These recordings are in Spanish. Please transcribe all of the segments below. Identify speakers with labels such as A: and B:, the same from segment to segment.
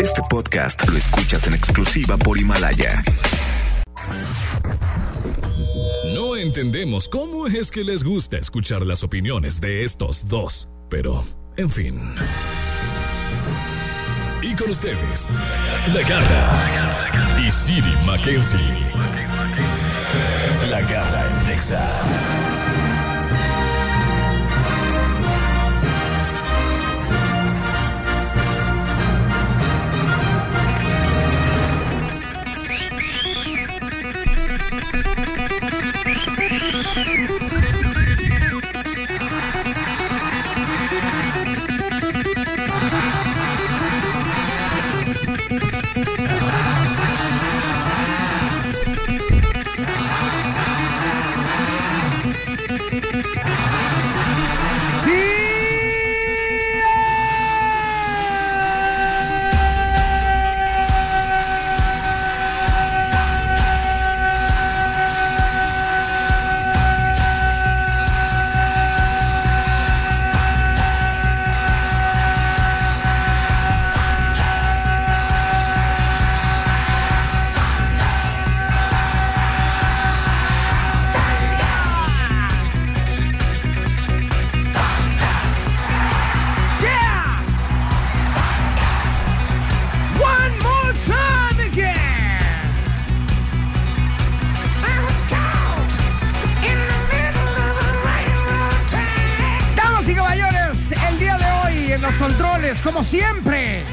A: Este podcast lo escuchas en exclusiva por Himalaya.
B: No entendemos cómo es que les gusta escuchar las opiniones de estos dos, pero, en fin. Y con ustedes, La Garra y Siri Mackenzie. La Garra en Nexa.
C: Yeah! One more time again! Damas y caballeros, el día de hoy en los controles, como siempre,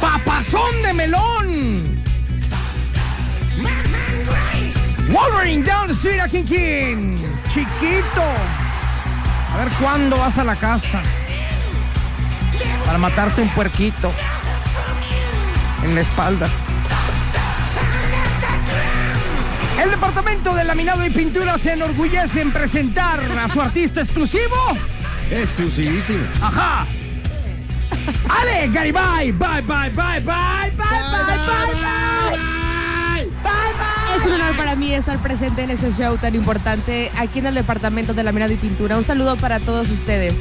C: papazón de melón. Wolverine down the street a King King. Chiquito. A ver cuándo vas a la casa. Para matarte un puerquito en la espalda. El departamento de laminado y pintura se enorgullece en presentar a su artista exclusivo.
D: Exclusivísimo.
C: Ajá. Ale Garibay. Bye, bye, bye, bye, bye, bye, bye, bye.
E: Es un honor para mí estar presente en este show tan importante aquí en el departamento de laminado y pintura. Un saludo para todos ustedes,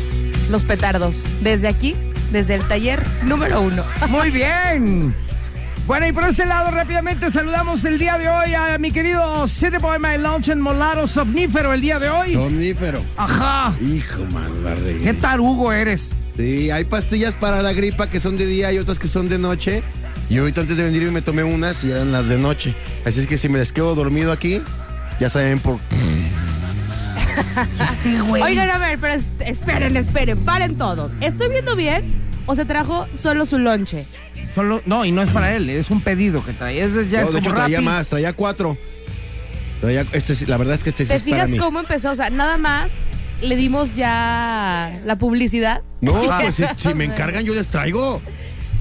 E: los petardos, desde aquí, desde el taller número uno.
C: Muy bien. Bueno, y por ese lado, rápidamente saludamos el día de hoy a mi querido City Boy My Lunch en Molaro Somnífero el día de hoy.
D: Somnífero.
C: Ajá.
D: Hijo, man, la regué.
C: Qué tarugo eres.
D: Sí, hay pastillas para la gripa que son de día y otras que son de noche. Y ahorita antes de venir me tomé unas y eran las de noche. Así es que si me les quedo dormido aquí, ya saben por
E: Oigan, a ver, pero es- esperen, esperen, paren todo. ¿Estoy viendo bien o se trajo solo su lonche?
C: Solo, no, y no es para él, es un pedido que trae. Es, ya es
D: No,
C: como
D: de hecho traía
C: Rappi.
D: más, traía cuatro. Traía, este, sí- la verdad es que este sí
E: ¿Te
D: es para
E: fijas
D: mí.
E: cómo empezó? O sea, nada más le dimos ya la publicidad.
D: No, pues si, si me encargan yo les traigo.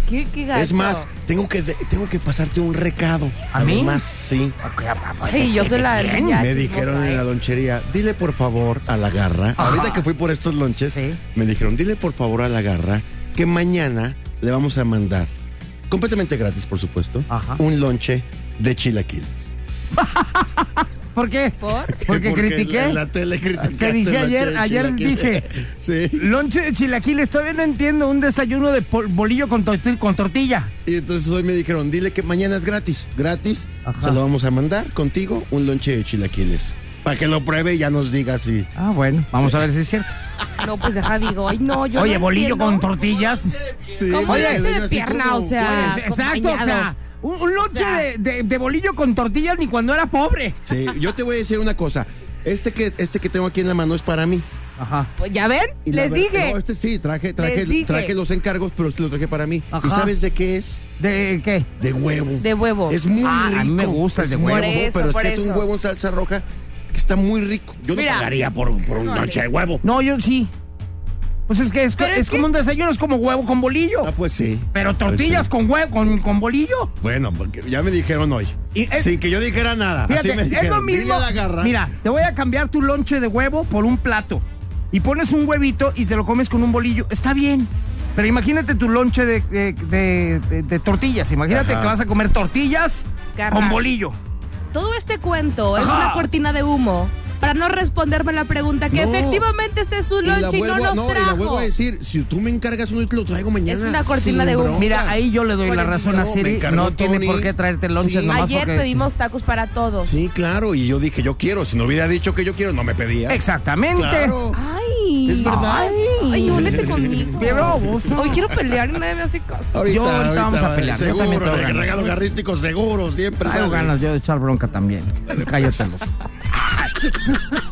E: ¿Qué, qué gacho?
D: Es más, tengo que, de- tengo que pasarte un recado.
C: ¿A mí?
D: Más, sí.
C: ah,
E: Sí, yo soy la... ya,
D: me
E: chismosa,
D: dijeron
E: ¿eh?
D: en la lonchería, dile por favor a la garra. Ahorita que fui por estos lonches,
C: Sí.
D: me dijeron, dile por favor a la garra que mañana le vamos a mandar, completamente gratis por supuesto,
C: Ajá.
D: un lonche de chilaquiles.
C: ¿Por qué?
E: ¿Por?
C: Porque, critiqué.
D: En la, tele criticaste
C: Que dije
D: la
C: ayer,
D: tele
C: ayer dije,
D: chilaquiles. sí.
C: lonche de chilaquiles, todavía no entiendo un desayuno de pol- bolillo con, torti- con tortilla.
D: Y entonces hoy me dijeron, dile que mañana es gratis, gratis,
C: Ajá.
D: se lo vamos a mandar contigo un lonche de chilaquiles. Para que lo pruebe y ya nos diga si...
C: Ah, bueno, vamos a ver si es cierto.
E: No, pues deja, digo, ay, no, yo
C: Oye,
E: no
C: bolillo
E: entiendo.
C: con tortillas.
D: Sí,
E: ¿Cómo
D: me
E: lonche
D: quedé
E: de
D: yo así
E: pierna, o sea?
C: Pues, exacto, o sea,
E: acompañado.
C: un, un lonche
E: O sea.
C: de, de- de bolillo con tortillas ni cuando era pobre.
D: Sí, yo te voy a decir una cosa. Este que, este que tengo aquí en la mano es para mí.
C: Ajá.
E: Pues, ya ven,
D: Y la
E: les
D: ver-
E: dije.
D: No, este sí, traje, traje,
E: Les dije.
D: traje los encargos, pero este lo traje para mí.
C: Ajá.
D: ¿Y sabes de qué es?
C: ¿De qué?
D: De huevo.
E: De huevo.
D: Es muy
C: Ah,
D: rico.
C: a mí me gusta el
D: Es
C: de
D: muy
C: huevo.
E: Por eso,
D: pero es
E: por
D: que es un
E: eso.
D: huevo en salsa roja que está muy rico. Yo no
E: Mira.
D: pagaría por, por una
E: Híjole.
D: noche de huevo.
C: No, yo sí. Pues es que es, co-
E: Pero es
C: es como
E: que-
C: un desayuno, es como huevo con bolillo.
D: Ah, pues sí.
C: Pero
D: Pues
C: tortillas
D: sí.
C: con huevo, con, con bolillo.
D: Bueno, porque ya me dijeron hoy.
C: Y es-
D: Sin que yo dijera nada.
C: Fíjate,
D: Así me
C: es lo
D: dijeron. Dile
C: mismo.
D: a la garra.
C: Mira, te voy a cambiar tu lonche de huevo por un plato. Y pones un huevito y te lo comes con un bolillo. Está bien. Pero imagínate tu lonche de, de- de- de- de tortillas. Imagínate
D: Ajá.
C: que vas a comer tortillas
E: Garra.
C: con bolillo.
E: Todo este cuento es
C: Ajá.
E: una cortina de humo para no responderme la pregunta que
D: No.
E: efectivamente este es su
D: Y la
E: lonche y, no
D: vuelvo a-
E: los
D: y la vuelvo
E: trajo.
D: a decir, si tú me encargas uno y que lo traigo mañana.
E: Es una cortina
D: sin
E: de humo.
D: bronca.
C: Mira, ahí yo le doy la
E: Bueno,
C: razón a
D: no, me
C: Siri.
D: encargó
C: No tiene
D: Tony.
C: por qué traerte lonches
D: Sí.
C: nomás
E: Ayer
C: porque-
E: pedimos tacos para todos.
D: Sí, claro, y yo dije, yo quiero. Si no hubiera dicho que yo quiero, no me pedía.
C: Exactamente.
D: Claro.
E: Ay.
D: Es verdad.
E: Ay, ay, únete conmigo.
C: Pero vos-
E: Hoy quiero pelear y nadie me hace caso.
D: Ahorita,
C: Yo ahorita vamos a pelear, yo
D: Seguro,
C: también tengo
D: el
C: ganas.
D: regalo garrístico, seguro, siempre.
C: Traigo
D: sale.
C: ganas yo de echar bronca también. Cállate. loco.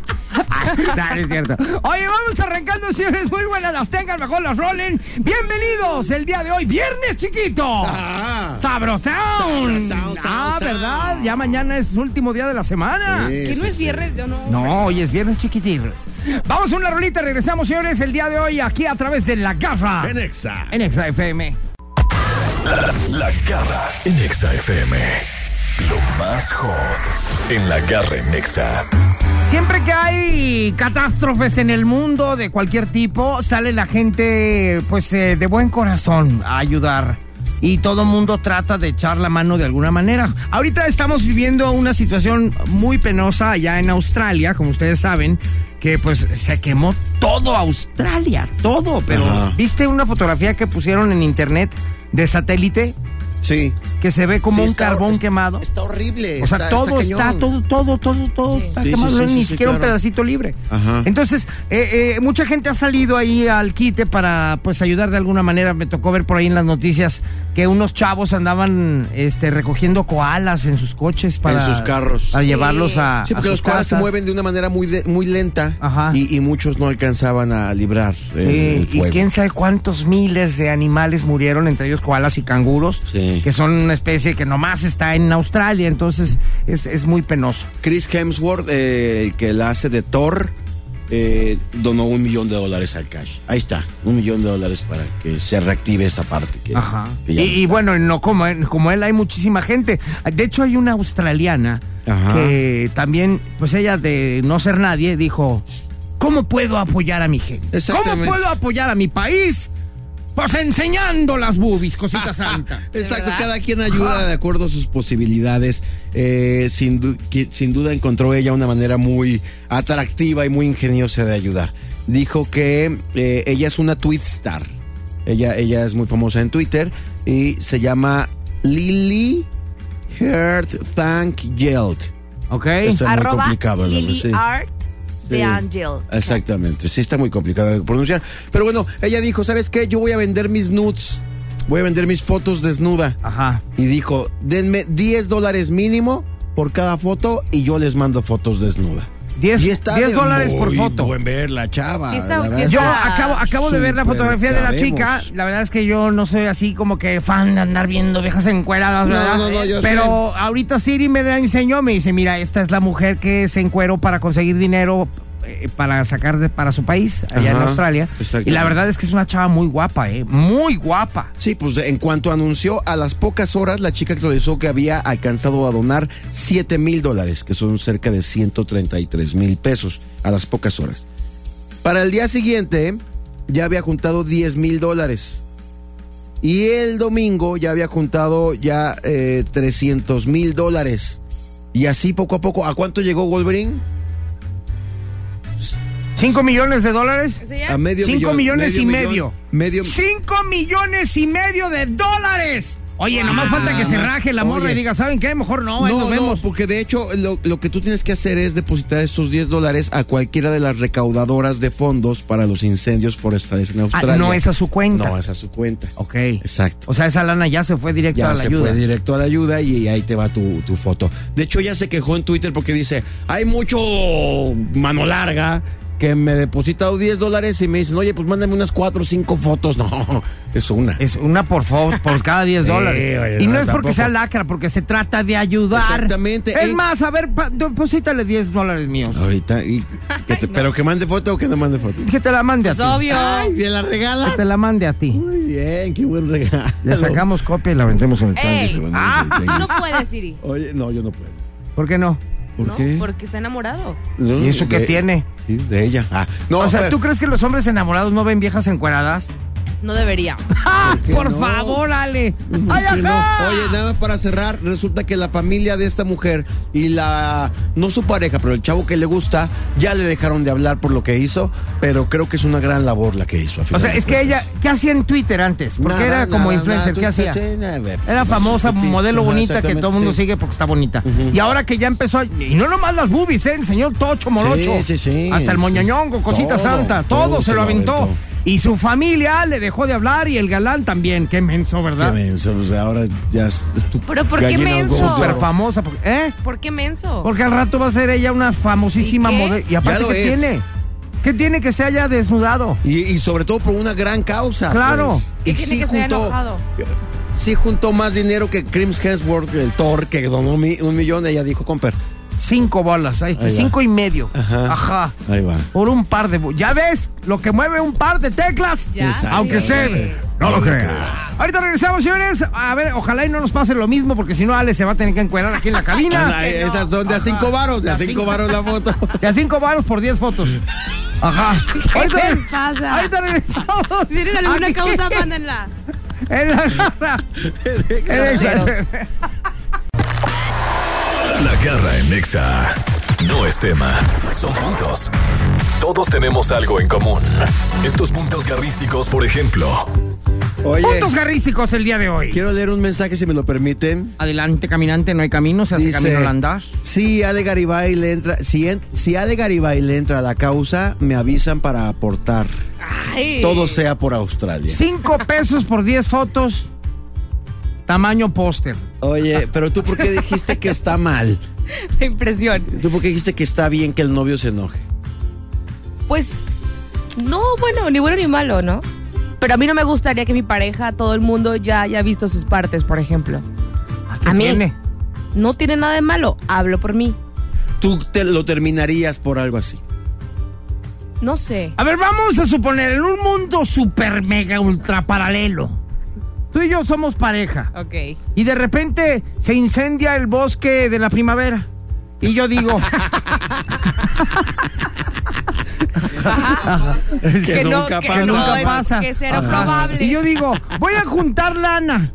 C: Ay, no, no es cierto. Oye, vamos arrancando, señores. Muy buenas las tengan, mejor las rolen. Bienvenidos el día de hoy, viernes chiquito.
D: Ah,
C: Sabrosound.
D: Sabrosound,
C: Ah,
D: sabrosound.
C: ¿verdad? Ya mañana es último día de la semana.
D: Sí,
E: Que no
D: sí,
E: es
D: sí.
E: viernes, yo no.
C: No, hoy es viernes chiquitir. Vamos a una rolita, regresamos, señores, el día de hoy aquí a través de La Garra
D: En Exa.
C: en Exa FM.
B: La garra en Nexa FM. Lo más hot en la garra en Nexa.
C: Siempre que hay catástrofes en el mundo de cualquier tipo, sale la gente pues eh, de buen corazón a ayudar. Y todo mundo trata de echar la mano de alguna manera. Ahorita estamos viviendo una situación muy penosa allá en Australia, como ustedes saben, que pues se quemó todo Australia, todo. Pero
D: Ajá.
C: ¿viste una fotografía que pusieron en internet de satélite
D: Sí.
C: que se ve como
D: Sí,
C: un
D: está-
C: carbón
D: es-
C: quemado?
D: Está horrible.
C: O sea, todo está,
D: cañón.
C: todo, todo, todo, todo
E: Sí.
C: está
D: Sí,
C: quemado,
D: sí, sí,
C: ni
D: sí,
C: siquiera un
D: claro.
C: pedacito libre.
D: Ajá.
C: Entonces, eh, eh, mucha gente ha salido ahí al quite para, pues, ayudar de alguna manera. Me tocó ver por ahí en las noticias que unos chavos andaban, este, recogiendo koalas en sus coches para...
D: sus carros.
C: Para
E: Sí.
C: llevarlos a
D: Sí, porque
C: a
D: los
C: sus
D: cuadros se
C: casas.
D: mueven de una manera muy, de- muy lenta
C: Ajá.
D: Y, y muchos no alcanzaban a librar el- el
C: Sí, y
D: fuego.
C: quién sabe cuántos miles de animales murieron, entre ellos koalas y canguros,
D: Sí.
C: que son una especie que nomás está en Australia, entonces es, es muy penoso.
D: Chris Hemsworth, eh, el que la hace de Thor, eh, donó un millón de dólares al cash. Ahí está, un millón de dólares para que se reactive esta parte. que-
C: Ajá.
D: que
C: Y,
D: ya
C: y
D: no está.
C: bueno, no como, él- como él hay muchísima gente. De hecho, hay una australiana
D: Ajá.
C: que también, pues ella de no ser nadie, dijo, ¿cómo puedo apoyar a mi gente? ¿Cómo
D: Exactamente.
C: puedo apoyar a mi país? Pues enseñando las boobies, cosita santa.
D: Exacto,
E: ¿Verdad?
D: cada quien ayuda de acuerdo a sus posibilidades. Eh, sin, du- que- sin duda encontró ella una manera muy atractiva y muy ingeniosa de ayudar. Dijo que eh, ella es una tweet star. Ella, ella es muy famosa en Twitter y se llama Lily Heart Thank Yeld.
C: ¿Ok?
D: Está muy
E: Arroba
D: complicado el nombre,
E: Lily
D: sí.
E: Art de
D: Sí.
E: Angel.
D: Exactamente, sí está muy complicado de pronunciar. Pero bueno, ella dijo, ¿sabes qué? Yo voy a vender mis nudes, voy a vender mis fotos desnuda.
C: Ajá.
D: Y dijo, denme 10 dólares mínimo por cada foto y yo les mando fotos desnuda.
C: 10
D: Y está
C: 10
D: de
C: dólares por
D: muy
C: foto.
D: buen ver la chava.
E: Sí está-
D: la
E: sí
D: verdad.
E: está-
C: Yo
E: Ah,
C: acabo, acabo de ver la
D: súper
C: fotografía de la
D: cabemos.
C: chica. La verdad es que yo no soy así como que fan de andar viendo viejas encueradas,
D: No,
C: ¿verdad?
D: no, no, yo
C: Pero ahorita Siri me la enseñó, me dice, mira, esta es la mujer que se encueró para conseguir dinero eh, para sacar de, para su país, allá en
D: Ajá,
C: Australia.
D: exactamente.
C: Y la verdad es que es una chava muy guapa, ¿eh? Muy guapa.
D: Sí, pues en cuanto anunció, a las pocas horas la chica actualizó que había alcanzado a donar 7 mil dólares, que son cerca de 133 mil pesos, a las pocas horas. Para el día siguiente ya había juntado 10 mil dólares. Y el domingo ya había juntado ya eh, 300 mil dólares. Y así poco a poco, ¿a cuánto llegó Wolverine?
C: ¿Cinco millones de dólares?
E: ¿Sí, ya?
D: A medio
C: Cinco
D: millón,
C: millones y medio.
D: Medio
C: ¡Cinco millones y medio de dólares! Oye, nomás falta que se raje la morra
D: Oye.
C: y diga, ¿saben qué? Mejor no, ahí
D: No,
C: nos vemos.
D: no, porque de hecho lo, lo que tú tienes que hacer es depositar estos 10 dólares a cualquiera de las recaudadoras de fondos para los incendios forestales en Australia.
C: Ah, no es a su cuenta.
D: No es a su cuenta.
C: Ok.
D: Exacto.
C: O sea, esa lana ya se fue directa
D: Ya
C: a la
D: se
C: ayuda.
D: fue directo a la ayuda y ahí te va tu, tu foto. De hecho, ya se quejó en Twitter porque dice, hay mucho mano larga que me depositado 10 dólares y me dicen, oye, pues mándame unas 4 o 5 fotos. No, es una.
C: Es una por favor, por cada 10
D: Sí,
C: dólares.
D: oye,
C: y no,
D: no,
C: es porque
D: tampoco.
C: sea lacra, porque se trata de ayudar.
D: Exactamente. eh.
C: Es
D: Y-
C: más, a ver, pa- deposítale 10 dólares míos.
D: Ahorita, y que te- pero que mande foto o que no mande foto.
C: Que te la mande a
E: Es
C: ti.
E: obvio.
D: bien la regala.
C: Que te la mande a ti.
D: Muy bien, qué buen regalo.
C: Le sacamos copia y la vendemos en el
E: Ey.
C: tanque.
E: Tú no puedes, Siri.
D: Oye, no, yo no puedo.
C: ¿Por qué no?
D: ¿Por
E: ¿no?
D: qué?
E: Porque está enamorado.
D: No,
C: ¿Y eso qué
D: de-
C: tiene?
D: Sí, de ella. Ah, no,
C: o sea,
D: pero-
C: ¿tú crees que los hombres enamorados no ven viejas encueradas?
E: No debería.
C: ¡Ah!
D: qué
C: Por
D: no?
C: favor, Ale. ¡Ay,
D: Que no.
C: ajá!
D: Oye, nada más para cerrar, resulta que la familia de esta mujer y la, no su pareja, pero el chavo que le gusta, ya le dejaron de hablar por lo que hizo, pero creo que es una gran labor la que hizo. a
C: O
D: final
C: sea,
D: de
C: es que ella,
D: cuentas.
C: ¿qué hacía en Twitter antes? Porque
D: pues, Nada,
C: era como
D: nada,
C: influencer,
D: nada,
C: ¿qué hacía?
D: sí, nada, ve,
C: Era
D: pues,
C: famosa,
D: sí, sí,
C: modelo
D: ajá,
C: bonita que todo el mundo
D: exactamente, sí.
C: sigue porque está bonita. Y ahora que ya empezó, a- y no nomás las boobies, ¿eh? el señor Tocho Morocho.
D: Sí, sí, sí,
C: hasta el
D: sí.
C: moñañongo, cosita
D: Todo,
C: santa, todo, se lo aventó.
D: aventó.
C: Y su familia le dejó de hablar y el galán también. Qué menso,
D: Qué
C: ¿verdad?
D: menso, o sea, ahora ya es es tu
E: Pero, ¿por qué
D: gallina de
E: menso?
D: huevos de
C: Súper
D: oro.
C: famosa. porque- ¿Eh?
E: ¿Por qué menso?
C: Porque al rato va a ser ella una famosísima
E: ¿Y qué?
C: modelo. ¿Y aparte
D: Ya lo
C: qué
D: es.
C: tiene? ¿Qué tiene que se haya desnudado?
D: Y, y sobre todo por una gran causa. pues.
C: Claro.
E: ¿Qué
D: Y
E: tiene
D: sí
E: que ser
D: juntó-
E: enojado?
D: Sí juntó más dinero que Crims Hemsworth, el Thor, que donó mi- un millón, ella dijo, comper.
C: Cinco bolas, ahí está,
D: Ahí va.
C: cinco y medio.
D: Ajá.
C: Ajá.
D: Ahí va.
C: Por un par de. bo- ¿Ya ves lo que mueve un par de teclas?
E: Ya,
D: Exacto.
C: Aunque
E: sí.
C: usted no lo crea. Ahorita regresamos, señores. A ver, ojalá y no nos pase lo mismo, porque si no, Ale se va a tener que encuerar aquí en la cabina.
D: Anda, eh, Esas son de a cinco varos, de a
C: De a
D: cinco
C: cinco.
D: varos la foto.
C: De a cinco varos por diez fotos. Ajá. Ahorita,
E: les pasa?
C: ahorita regresamos.
E: Si tienen alguna
C: Aquí,
E: causa, mándenla.
C: En la garra.
E: Groseros.
B: La garra en Nexa no es tema, son puntos. Todos tenemos algo en común. Estos puntos garrísticos, por ejemplo,
D: Oye,
C: Puntos garrísticos el día de hoy.
D: quiero leer un mensaje si me lo permiten.
C: Adelante, caminante, no hay camino, se hace
D: Dice,
C: camino al andar.
D: Si Ale Garibay le entra, si, en- si Ale Garibay le entra a la causa, me avisan para aportar.
E: Ay.
D: Todo sea por Australia.
C: Cinco pesos por diez fotos. Tamaño póster.
D: Oye, pero tú por qué dijiste que está mal?
E: La impresión.
D: ¿Tú por qué dijiste que está bien que el novio se enoje?
E: Pues, no, bueno, ni bueno ni malo, ¿no? Pero a mí no me gustaría que mi pareja, todo el mundo ya haya visto sus partes, por ejemplo.
C: ¿Qué
E: A mí.
C: tiene?
E: No tiene nada de malo, hablo por mí.
D: Tú te lo terminarías por algo así.
E: No sé.
C: A ver, vamos a suponer, en un mundo super mega ultra paralelo, tú y yo somos pareja
E: Ok.
C: y de repente se incendia el bosque de la primavera y yo
E: Pues,
C: digo...
D: Que,
C: pasa.
E: no,
C: Nunca
E: es-
C: pasa.
E: Que cero
D: Ajá.
E: probable.
C: Y yo digo, voy a juntar lana.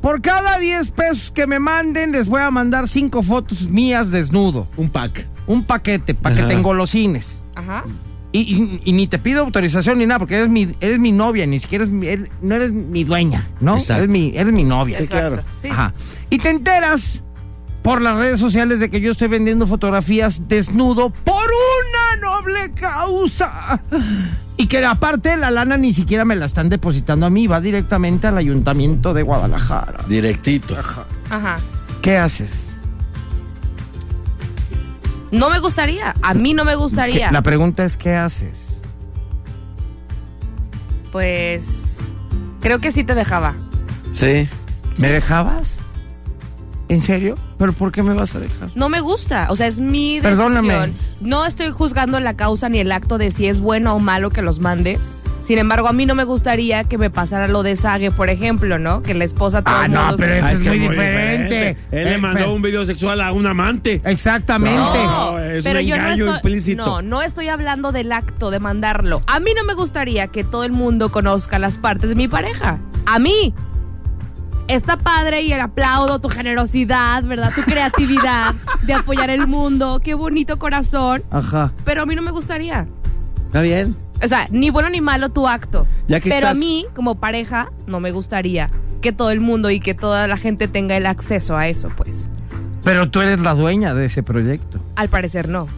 C: Por cada 10 pesos que me manden, les voy a mandar 5 fotos mías desnudo.
D: Un pack.
C: Un paquete para
D: Ajá.
C: que te engolosines.
E: Ajá.
C: Y, y- y ni te pido autorización ni nada, porque eres mi, eres mi novia, ni siquiera eres mi- eres- no eres mi dueña, ¿no?
D: Exacto.
C: Eres mi, eres mi novia.
D: Sí, claro.
E: Sí.
C: Ajá. Y te enteras por las redes sociales de que yo estoy vendiendo fotografías desnudo por una noble causa. Y que aparte la lana ni siquiera me la están depositando a mí, va directamente al ayuntamiento de Guadalajara.
D: Directito.
E: Ajá.
C: ¿Qué haces?
E: No me gustaría. A mí no me gustaría.
C: ¿Qué- La pregunta es, ¿qué haces?
E: Pues. Creo que sí te dejaba.
D: Sí.
C: ¿Me dejabas? ¿En serio? ¿Pero por qué me vas a dejar?
E: No me gusta. O sea, es mi decisión.
C: Perdóname.
E: No estoy juzgando la causa ni el acto de si es bueno o malo que los mandes. Sin embargo, a mí no me gustaría que me pasara lo de Sage, por ejemplo, ¿no? Que la esposa todo
C: Ah,
E: el
C: no,
E: mundo-
C: pero eso
D: Ah,
C: es,
D: que
C: muy diferente.
D: Él le
C: Eh,
D: mandó
C: pero-
D: un video sexual a un amante.
C: Exactamente.
D: No. es un
E: pero yo no
D: engaño
E: estoy,
D: implícito.
E: No, no estoy hablando del acto de mandarlo. A mí no me gustaría que todo el mundo conozca las partes de mi pareja. A mí. Está padre y el aplaudo tu generosidad, ¿verdad? Tu creatividad de apoyar el mundo. Qué bonito corazón.
C: Ajá.
E: Pero a mí no me gustaría.
D: Está bien.
E: O sea, ni bueno ni malo tu acto.
D: Ya que
E: pero
D: estás-
E: a mí, como pareja, no me gustaría que todo el mundo y que toda la gente tenga el acceso a eso, pues.
C: Pero tú eres la dueña de ese proyecto.
E: Al parecer no.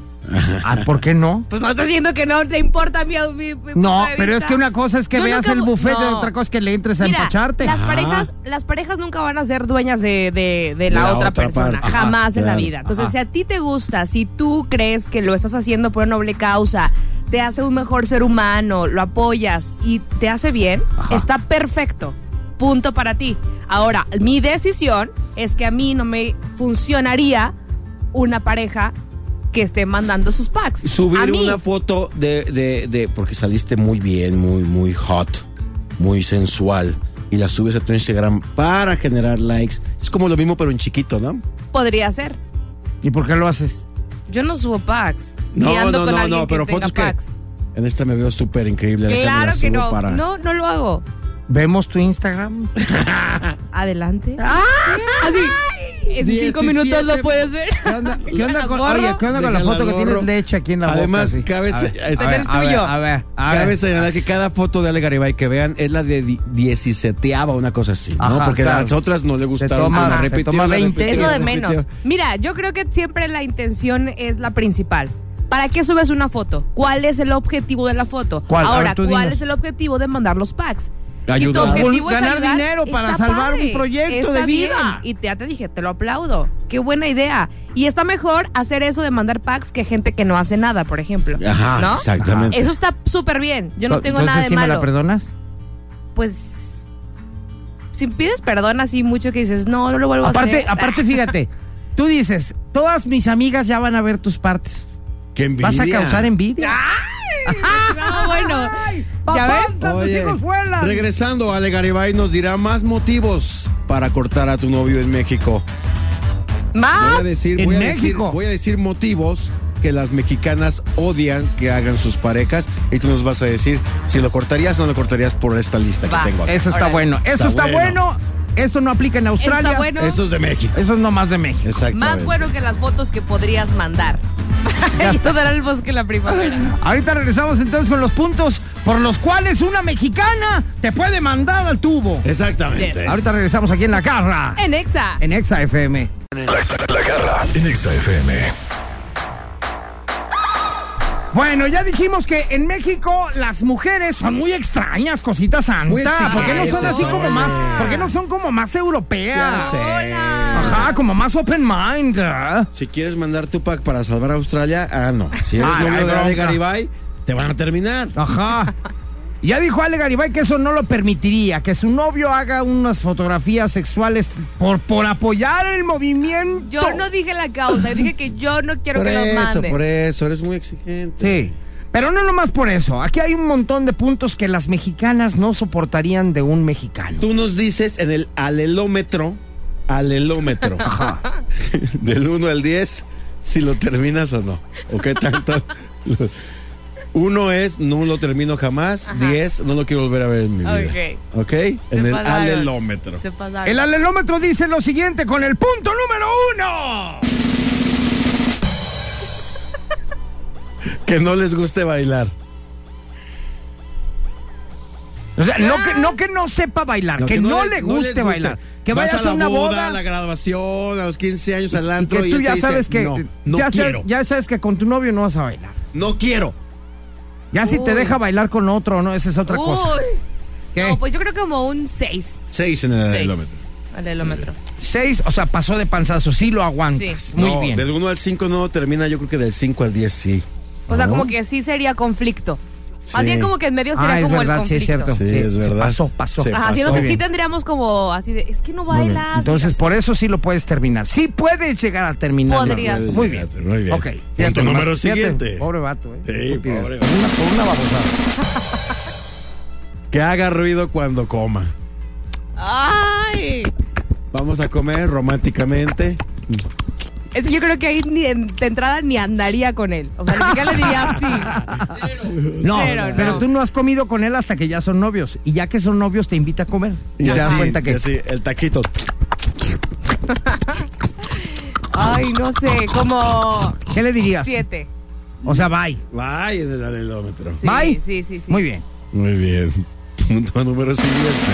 C: Ah, ¿por qué no?
E: Pues no estás diciendo que no te importa mi, mi- mi punto
C: No,
E: de
C: pero es
E: vista.
C: que una cosa es que
E: Yo
C: veas
E: nunca
C: el
E: vo-
C: buffet y
E: no.
C: otra cosa es que le entres a Ah.
E: Mira,
C: empocharte.
E: Las
D: Ajá.
E: parejas, las parejas nunca van a ser dueñas de, de- de la,
D: la
E: otra,
D: otra
E: persona,
D: parte. Ajá,
E: jamás en la
D: claro.
E: vida. Entonces,
C: Ajá.
E: si a ti te gusta, si tú crees que lo estás haciendo por una noble causa, te hace un mejor ser humano, lo apoyas y te hace bien,
C: Ajá.
E: está perfecto. Punto para ti. Ahora, mi decisión es que a mí no me funcionaría una pareja que esté mandando sus packs. a
D: Subir
E: mí,
D: una foto de, de, de- Porque saliste muy bien, muy, muy hot, muy sensual. Y la subes a tu Instagram para generar likes. Es como lo mismo, pero en chiquito, ¿no?
E: podría ser.
C: ¿Y por qué lo haces?
E: Yo no subo packs.
D: No,
E: ni ando
D: no,
E: con
D: no,
E: alguien
D: no,
E: que
D: pero
E: tenga
D: fotos que.
E: packs.
D: En esta me veo súper increíble. déjame la
E: Claro que
D: subo
E: no.
D: para-
E: No, no lo hago.
C: ¿Vemos tu Instagram?
E: Adelante. Así. En cinco
D: 17
E: minutos lo puedes ver.
C: ¿Qué onda, qué onda con,
E: Gorro.
C: oye, ¿qué onda con la
D: Déjala,
C: foto que
D: gorro.
C: tienes leche aquí en la boca?
D: Además,
C: así?
D: cabe-
C: A ver, a ver,
D: es-
E: Pues es el
C: a ver,
E: tuyo.
C: A ver, a ver.
D: Cabe señalar que cada foto de Ale Garibay que vean es la de di- dieciseteava, una cosa así, ¿no?
C: Ajá,
D: Porque
C: claro.
D: las otras no le gustaron.
C: toma-
D: pues la
C: se
D: repitió,
C: toma
D: la
C: 20.
D: repitió,
E: Es lo
D: la
E: de
D: repitió.
E: menos. Mira, yo creo que siempre la intención es la principal. ¿Para qué subes una foto? ¿Cuál es el objetivo de la foto?
C: ¿Cuál? A
E: Ahora,
C: ver, tú
E: ¿cuál
C: dinos.
E: es el objetivo de mandar los packs? Si tu
D: Ayudar.
E: objetivo es
C: Ganar
E: ayudar,
C: dinero para
E: está
C: salvar un
E: padre,
C: proyecto de
E: está
C: vida.
E: bien. Y te- ya te dije, te lo aplaudo. Qué buena idea. Y está mejor hacer eso de mandar packs que gente que no hace nada, por
C: Ah,
E: ejemplo.
D: Ajá,
E: ¿No?
D: exactamente.
E: Eso está súper bien. Yo no tengo nada de
C: Entonces, ¿sí me la
E: malo.
C: perdonas?
E: pues si pides perdón así mucho que dices, no, no lo vuelvo a
C: Aparte,
E: hacer.
C: aparte, fíjate, tú dices, todas mis amigas ya van a ver tus partes.
D: Qué envidia.
C: Vas a causar envidia.
E: No, bueno. ¿Ya ves?
D: Oye, regresando, Ale Garibay nos dirá más motivos para cortar a tu novio en México. Voy
E: Ah, Más.
D: a decir,
C: ¿En
D: voy a
C: México?
D: decir, voy a decir motivos que las mexicanas odian que hagan sus parejas y tú nos vas a decir si lo cortarías o no lo cortarías por esta lista
E: Va,
D: que tengo. aquí.
C: Eso está
E: Órale.
C: bueno. Eso
D: Está
C: está
D: bueno.
C: bueno. Eso no aplica en Australia.
E: Está bueno.
D: Eso es de México.
C: Eso es nomás de México.
D: Exactamente.
E: Más bueno que las fotos que podrías mandar.
C: Ya
E: Y
C: está.
E: todo era el bosque en la primavera.
C: Ahorita regresamos entonces con los puntos por los cuales una mexicana te puede mandar al tubo.
D: Exactamente.
C: Ahorita regresamos aquí en La Garra,
E: En Exa.
C: en Exa FM.
B: La garra en Exa FM.
C: Bueno, ya dijimos que en México las mujeres son muy extrañas, cositas santa.
D: Muy exigentes,
C: ¿Por qué no son así como
D: oye.
C: más? ¿Por qué no son como más
D: Ya
C: europeas?
D: sé.
C: Ajá, como más open mind. ¿eh?
D: Si quieres mandar tu pack para salvar a Australia, ah, no. Si eres
C: Ah, hay
D: novio de Ale
C: bronca.
D: Garibay, te van a terminar.
C: Ajá. Y Ya dijo Ale Garibay que eso no lo permitiría, que su novio haga unas fotografías sexuales por, por apoyar el movimiento.
E: Yo no dije la causa, dije que yo no quiero
D: por
E: que
D: eso,
E: lo mande.
D: por eso, eres muy exigente.
C: Sí. Pero no nomás por eso. Aquí hay un montón de puntos que las mexicanas no soportarían de un mexicano.
D: Tú nos dices en el alelómetro, alelómetro, del 1 al 10, si lo terminas o no. ¿O qué tanto? Uno es, no lo termino jamás. 10, no lo quiero volver a ver en mi vida. Ok.
E: Se
D: En el
E: pasaron.
D: alelómetro.
E: Se pasaron.
C: El alelómetro dice lo siguiente con el punto número uno.
D: Que no les guste bailar.
C: O sea, no que no, que no sepa bailar, que, no, le, guste
D: les
C: bailar. Que
D: Vas
C: vayas a,
D: la
C: una
D: a la
C: boda.
D: graduación, a los 15 años al
C: Y
D: antro.
C: que tú
D: él te
C: ya
D: dice,
C: sabes que
D: No, no
C: ya, sa-
D: quiero.
C: ya sabes que con tu novio no vas a bailar.
D: No quiero.
C: Ya si te
E: Uy.
C: deja bailar con otro, no, esa es otra cosa. Eh.
E: Uy.
C: ¿Qué?
E: No, pues yo creo que como un 6.
D: Seis en el alelómetro.
E: Al helómetro.
C: Seis, o sea, pasó de panzazo, sí lo aguantas.
E: Sí.
C: Muy
D: No,
C: bien.
D: Del 1 al 5 no termina, yo creo que del 5 al 10 sí.
E: O sea,
D: ¿No?
E: como que sí sería conflicto.
D: Sí.
E: Más bien como que en medio sería
C: Ah, es
E: como el
C: verdad, sí,
E: conflicto.
C: es cierto.
D: Sí,
C: Sí,
D: es
C: se
D: verdad.
C: pasó, pasó.
D: Se
E: Ajá, sí,
D: pasó.
E: no sé,
C: Muy
E: sí
C: bien.
E: tendríamos como así de, es que no
C: Muy bien.
E: bailas.
C: Entonces, por eso sí lo puedes terminar. Sí puedes llegar a terminar.
E: Podrías.
D: Puedes
C: Muy bien.
D: llegar, muy bien.
C: Ok.
D: Punto
C: fíjate nomás,
D: número
C: fíjate,
D: siguiente.
C: Pobre vato, ¿eh?
D: Sí,
C: Estúpidas.
D: pobre
C: Por una, por una babosada.
D: Que haga ruido cuando coma.
E: Ay.
D: Vamos a comer románticamente.
E: Es que yo creo que ahí ni en- de entrada ni andaría con él. O sea, ni siquiera le diría así.
C: No,
E: Cero,
C: pero
E: no.
C: tú no has comido con él hasta que ya son novios. Y ya que son novios, te invita a comer. Y te das
D: así,
C: cuenta que.
D: y así, el taquito.
E: Ay, no sé, como
C: ¿Qué le dirías?
E: siete.
C: O sea, bye.
D: Ay, en el alelómetro.
E: Sí,
C: Bye.
E: Sí, sí, sí.
C: Muy bien.
D: Muy bien. Punto número siguiente.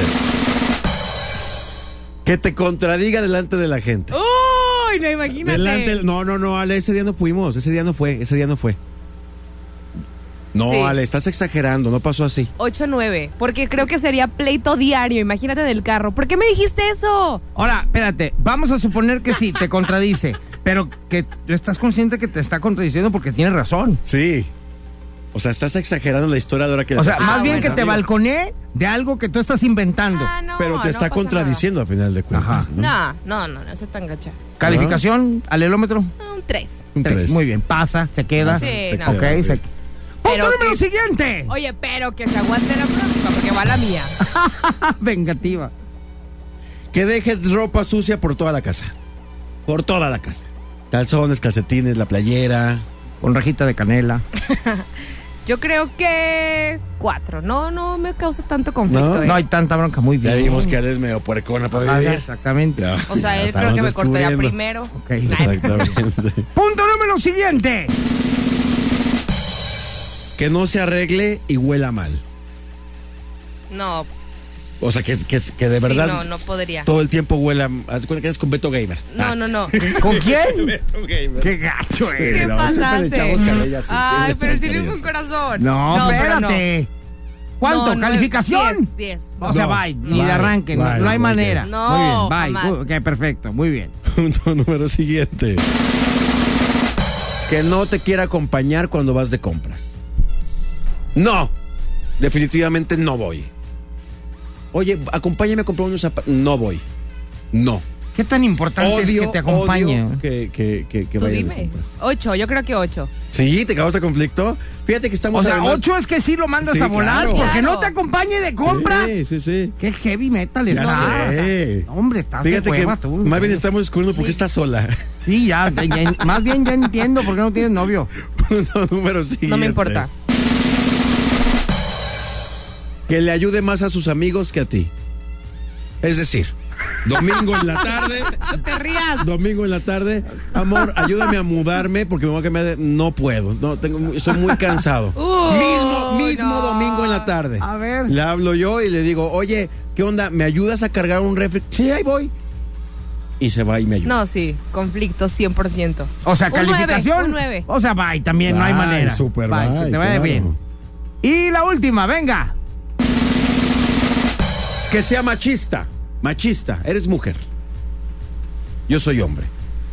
D: Que te contradiga delante de la gente.
E: Uy, no imagínate.
D: Delante, no, no, no, Ale, ese día no fuimos, ese día no fue, ese día no fue. No,
E: Sí.
D: Ale, estás exagerando, no pasó así.
E: 8 a 9, porque creo que sería pleito diario, imagínate del carro. ¿Por qué me dijiste eso?
C: Ahora, espérate. Vamos a suponer que sí, te contradice. Pero que tú estás consciente que te está contradiciendo porque tiene razón.
D: Sí. O sea, estás exagerando la historia de ahora que
C: O sea,
E: Ah,
C: más bien que
E: bueno.
C: te balconee de algo que tú estás inventando.
E: Ah, no,
D: Pero te
E: no
D: está
E: pasa
D: contradiciendo a final de cuentas.
C: Ajá.
D: ¿no?
E: nada. No, no, no, no soy tan gacha.
C: Calificación, alelómetro.
E: Ah, Un 3.
D: Un
C: Tres.
D: tres.
C: Muy bien, pasa, se queda.
E: Sí,
D: Se
E: no.
D: queda,
C: Ok,
D: bien.
C: se...
E: Pero
C: Punto número
E: que-
C: siguiente.
E: Oye, pero que se aguante la próxima, porque va la mía.
C: Ah, Vengativa.
D: Que dejes ropa sucia por toda la casa. Por toda la casa. Calzones, calcetines, la playera.
C: Con rajita de canela.
E: Yo creo que cuatro. No, no me causa tanto conflicto.
D: No,
E: ¿eh?
C: No hay tanta bronca, muy bien.
D: Ya vimos que eres medio puercona para
C: Ah,
D: vivir.
C: Exactamente.
D: Ya,
E: o sea,
D: ya
E: él creo
D: estamos
E: que me cortaría
D: descubriendo.
E: primero.
C: Ok.
D: Exactamente.
C: Punto número siguiente.
D: que no se arregle y huela mal.
E: No,
D: O sea, que, que, que de
E: sí,
D: verdad
E: no, no podría.
D: todo el tiempo huela. Haz de cuenta que eres con Beto Gamer. Ah.
E: No, no, no.
C: ¿Con quién?
D: Beto Gamer.
C: Qué gacho, eh.
E: ¿Qué
D: no, siempre le
E: pasaste?
D: echamos cabellas, sí, siempre le
E: Ay, pero
D: echamos
E: tienes
D: cabellas.
E: un corazón.
C: No,
E: pero no.
C: espérate. ¿Cuánto?
E: No, no,
C: ¿Calificación?
E: 10, 10.
C: O sea,
D: No.
C: bye, ni
D: Bye,
C: de arranque, no-
D: bye,
C: no hay
D: no,
C: manera.
E: no.
C: muy bien,
E: No,
C: bye.
E: jamás.
C: Uh, ok, perfecto, muy bien.
D: Punto número siguiente. Que no te quiera acompañar cuando vas de compras. No, definitivamente no voy. Oye, acompáñame a comprar unos zapatos. No voy. No.
C: ¿Qué tan importante es que te acompañe?
D: odio que, que, que, que
E: Tú
D: vayas de
E: dime.
D: compras.
E: Ocho, yo creo que ocho.
D: Sí, te causa conflicto. Fíjate que estamos
C: O sea,
D: además-
C: ocho es que sí lo mandas
D: Sí,
C: a volar
D: claro.
C: porque
E: Claro.
C: no te acompañe de compra.
D: Sí, sí, sí.
C: Qué heavy metal
D: Ya
C: está.
D: sé.
C: Hombre, estás
D: Fíjate
C: de
D: que
C: hueva tú.
D: más bien estamos descubriendo por qué estás sola.
C: Sí, ya, ya- ya- más bien ya entiendo por qué no tienes novio.
D: Punto número siguiente.
E: No me importa.
D: Que le ayude más a sus amigos que a ti. Es decir, domingo en la tarde,
E: No te rías.
D: domingo en la tarde, amor, ayúdame a mudarme porque me voy a cambiar de... No puedo, no, tengo, estoy muy cansado.
E: Uh,
D: mismo mismo
E: no.
D: domingo en la tarde.
C: A ver.
D: Le hablo yo y le digo, oye, ¿qué onda? ¿Me ayudas a cargar un refri? Sí, ahí voy. Y se va y me ayuda.
E: No, sí, conflicto 100%.
C: O sea,
E: Un
C: calificación.
E: nueve,
D: Oh,
E: un nueve.
C: O sea, bye, también no hay
D: Bye,
C: manera.
D: super bye,
C: que te vaya
D: claro.
C: bien. Y la última, venga.
D: Que sea machista. Machista. Eres mujer. Yo soy hombre.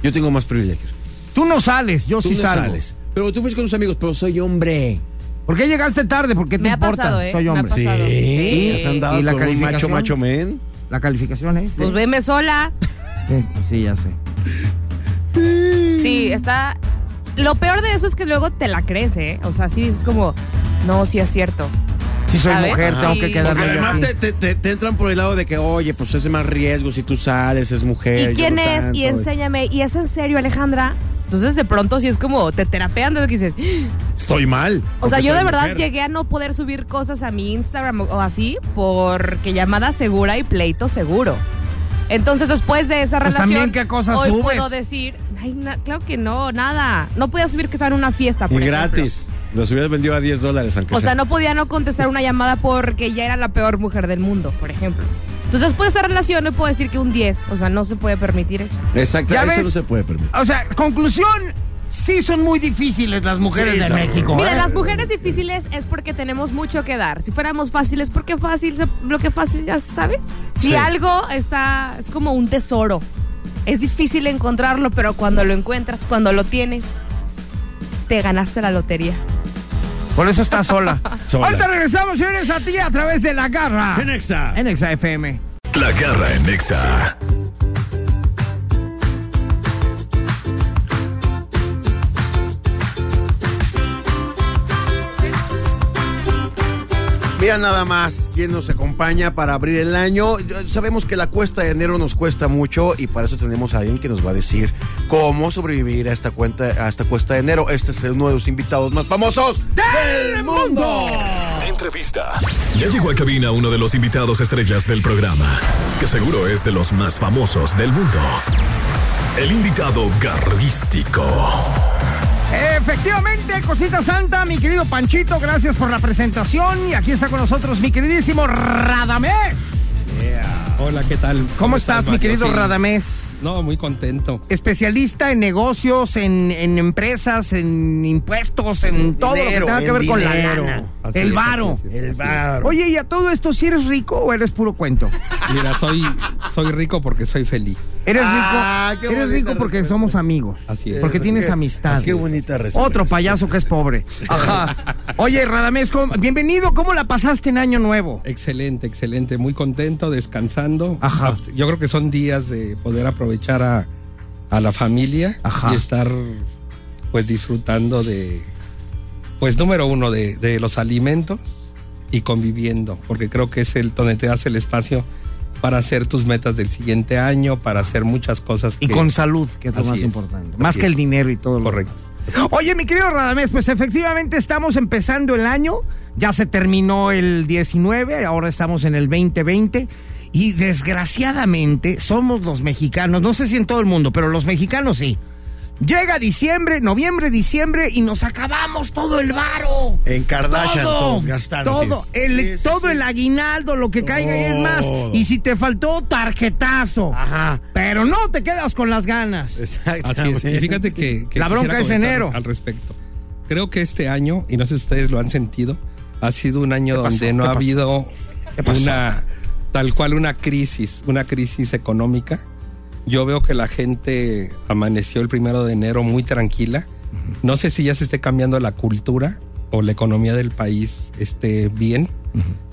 D: Yo tengo más privilegios.
C: Tú no sales, yo
D: Tú
C: sí
D: no
C: salgo.
D: sales. Pero tú fuiste con tus amigos, pero soy hombre.
C: ¿Por qué llegaste tarde? ¿Por qué te
E: Me ha
C: importa?
E: pasado, ¿eh?
C: Soy
E: Me ha
C: hombre.
E: pasado. Sí.
D: ¿Has andado
C: ¿Y la
D: con un macho,
C: calificación?
D: macho men?
C: La calificación es.
E: Pues
C: eh,
E: veme sola.
C: eh, pues sí, ya sé.
E: Sí, está. Lo peor de eso es que luego te la crees, ¿eh? O sea, sí es como, no, sí es cierto.
C: Si soy
E: ¿Sabes?
C: mujer,
E: Ah.
C: tengo
E: Sí.
C: que
D: Porque
C: quedarme yo
D: además
C: aquí.
D: te, te- te- te entran por el lado de que, oye, pues es más riesgo si tú sales, es mujer.
E: ¿Y quién
D: Eh, yo no
E: es? Y
D: tanto.
E: enséñame. ¿Y es en serio, Alejandra? Entonces, de pronto, sí es como, te terapean desde que dices.
D: Estoy mal.
E: O sea,
D: porque
E: yo de
D: pues soy
E: verdad
D: mujer.
E: llegué a no poder subir cosas a mi Instagram o así porque llamada segura y pleito seguro. Entonces, después de esa
C: Pues
E: relación,
C: también, ¿qué cosas
E: hoy
C: subes?
E: puedo decir, "Ay, na- claro que no, nada. No podía subir que estaba en una fiesta, por
D: Y
E: ejemplo.
D: gratis. Los hubieras vendido a 10 dólares, aunque
E: O sea,
D: sea.
E: no podía no contestar una llamada porque ya era la peor mujer del mundo, por ejemplo. Entonces, después de esa relación, no puedo decir que un 10. O sea, no se puede permitir eso.
D: Exacto,
C: ¿Ya
D: eso
C: ves?
D: no se puede permitir.
C: O sea, conclusión, sí son muy difíciles las mujeres
D: Sí,
C: de
D: son-
C: México.
E: Mira,
C: ¿eh?
E: las mujeres difíciles es porque tenemos mucho que dar. Si fuéramos fáciles, porque fácil, se- lo que fácil, ya sabes. Si
D: Sí.
E: algo está, es como un tesoro. Es difícil encontrarlo, pero cuando lo encuentras, cuando lo tienes, te ganaste la lotería.
C: Por eso está sola.
D: Sola.
C: Ahorita regresamos, señores, a ti a través de la garra.
D: En Exa.
C: En Exa FM.
B: La garra en Nexa.
D: Mira nada más quién nos acompaña para abrir el año. Yo- Sabemos que la cuesta de enero nos cuesta mucho y para eso tenemos a alguien que nos va a decir cómo sobrevivir a esta cuenta, a esta cuesta de enero. Este es uno de los invitados más famosos del mundo.
B: Entrevista. Ya llegó a cabina uno de los invitados estrellas del programa, que seguro es de los más famosos del mundo. El invitado garrístico.
C: Efectivamente, cosita santa, mi querido Panchito, gracias por la presentación. Y aquí está con nosotros mi queridísimo Radamés.
F: Hola, ¿qué tal?
C: ¿Cómo, estás, mi
F: Mario?
C: querido
F: Sí.
C: Radamés?
F: No, muy contento.
C: Especialista en negocios, en, en empresas, en impuestos, en todo
D: dinero,
C: lo que tenga que
D: en
C: ver con la
D: dinero.
C: lana,
F: Así
C: el
F: es,
C: varo.
F: así es, así es.
C: Oye, ¿y a todo esto si eres rico o eres puro cuento?
F: Mira, soy, soy rico porque soy feliz.
C: Eres rico,
D: Ah, qué
C: eres
D: bonita
C: rico porque
D: respuesta.
C: somos amigos.
F: Así es.
C: Porque tienes amistad.
D: Qué bonita respuesta.
C: Otro payaso que es pobre. Ajá. Oye, Radamés, ¿cómo- bienvenido. ¿Cómo la pasaste en Año Nuevo?
F: Excelente, excelente. Muy contento, descansando. Ah,
C: Ajá.
F: Yo creo que son días de poder aprovechar a, a la familia
C: Ajá.
F: y estar pues disfrutando de, pues número uno, de, de los alimentos y conviviendo, porque creo que es el donde te das el espacio para hacer tus metas del siguiente año, para hacer muchas cosas.
C: Y
F: que-
C: con salud, que es lo
F: Así
C: más
F: es.
C: importante. Más
F: Así
C: que el
F: es.
C: dinero y todo lo
F: Correcto.
C: demás. Oye, mi querido Radamés, pues efectivamente estamos empezando el año. Ya se terminó el 19, ahora estamos en el 2020. Y desgraciadamente somos los mexicanos, no sé si en todo el mundo, pero los mexicanos sí. Llega diciembre, noviembre, diciembre y nos acabamos todo el varo.
F: Eh,
G: En Kardashian todos gastando, así
C: Todo,
G: es.
C: el,
G: Sí, sí,
C: todo
G: sí.
C: el aguinaldo, lo que caiga y es más.
G: Todo.
C: Y si te faltó, tarjetazo.
G: Ajá.
C: Pero no te quedas con las ganas.
F: Así
G: Exactamente.
F: es. Y fíjate que, que
C: La
F: quisiera
C: bronca es
F: comentar
C: enero.
F: Al respecto. Creo que este año, y no sé si ustedes lo han sentido, ha sido un año
C: pasó?
F: donde no
C: ¿Qué
F: ha
C: pasó?
F: habido
C: ¿Qué pasó?
F: una tal cual una crisis, una crisis económica. Yo veo que la gente amaneció el primero de enero muy tranquila. No sé si ya se esté cambiando la cultura o la economía del país esté bien,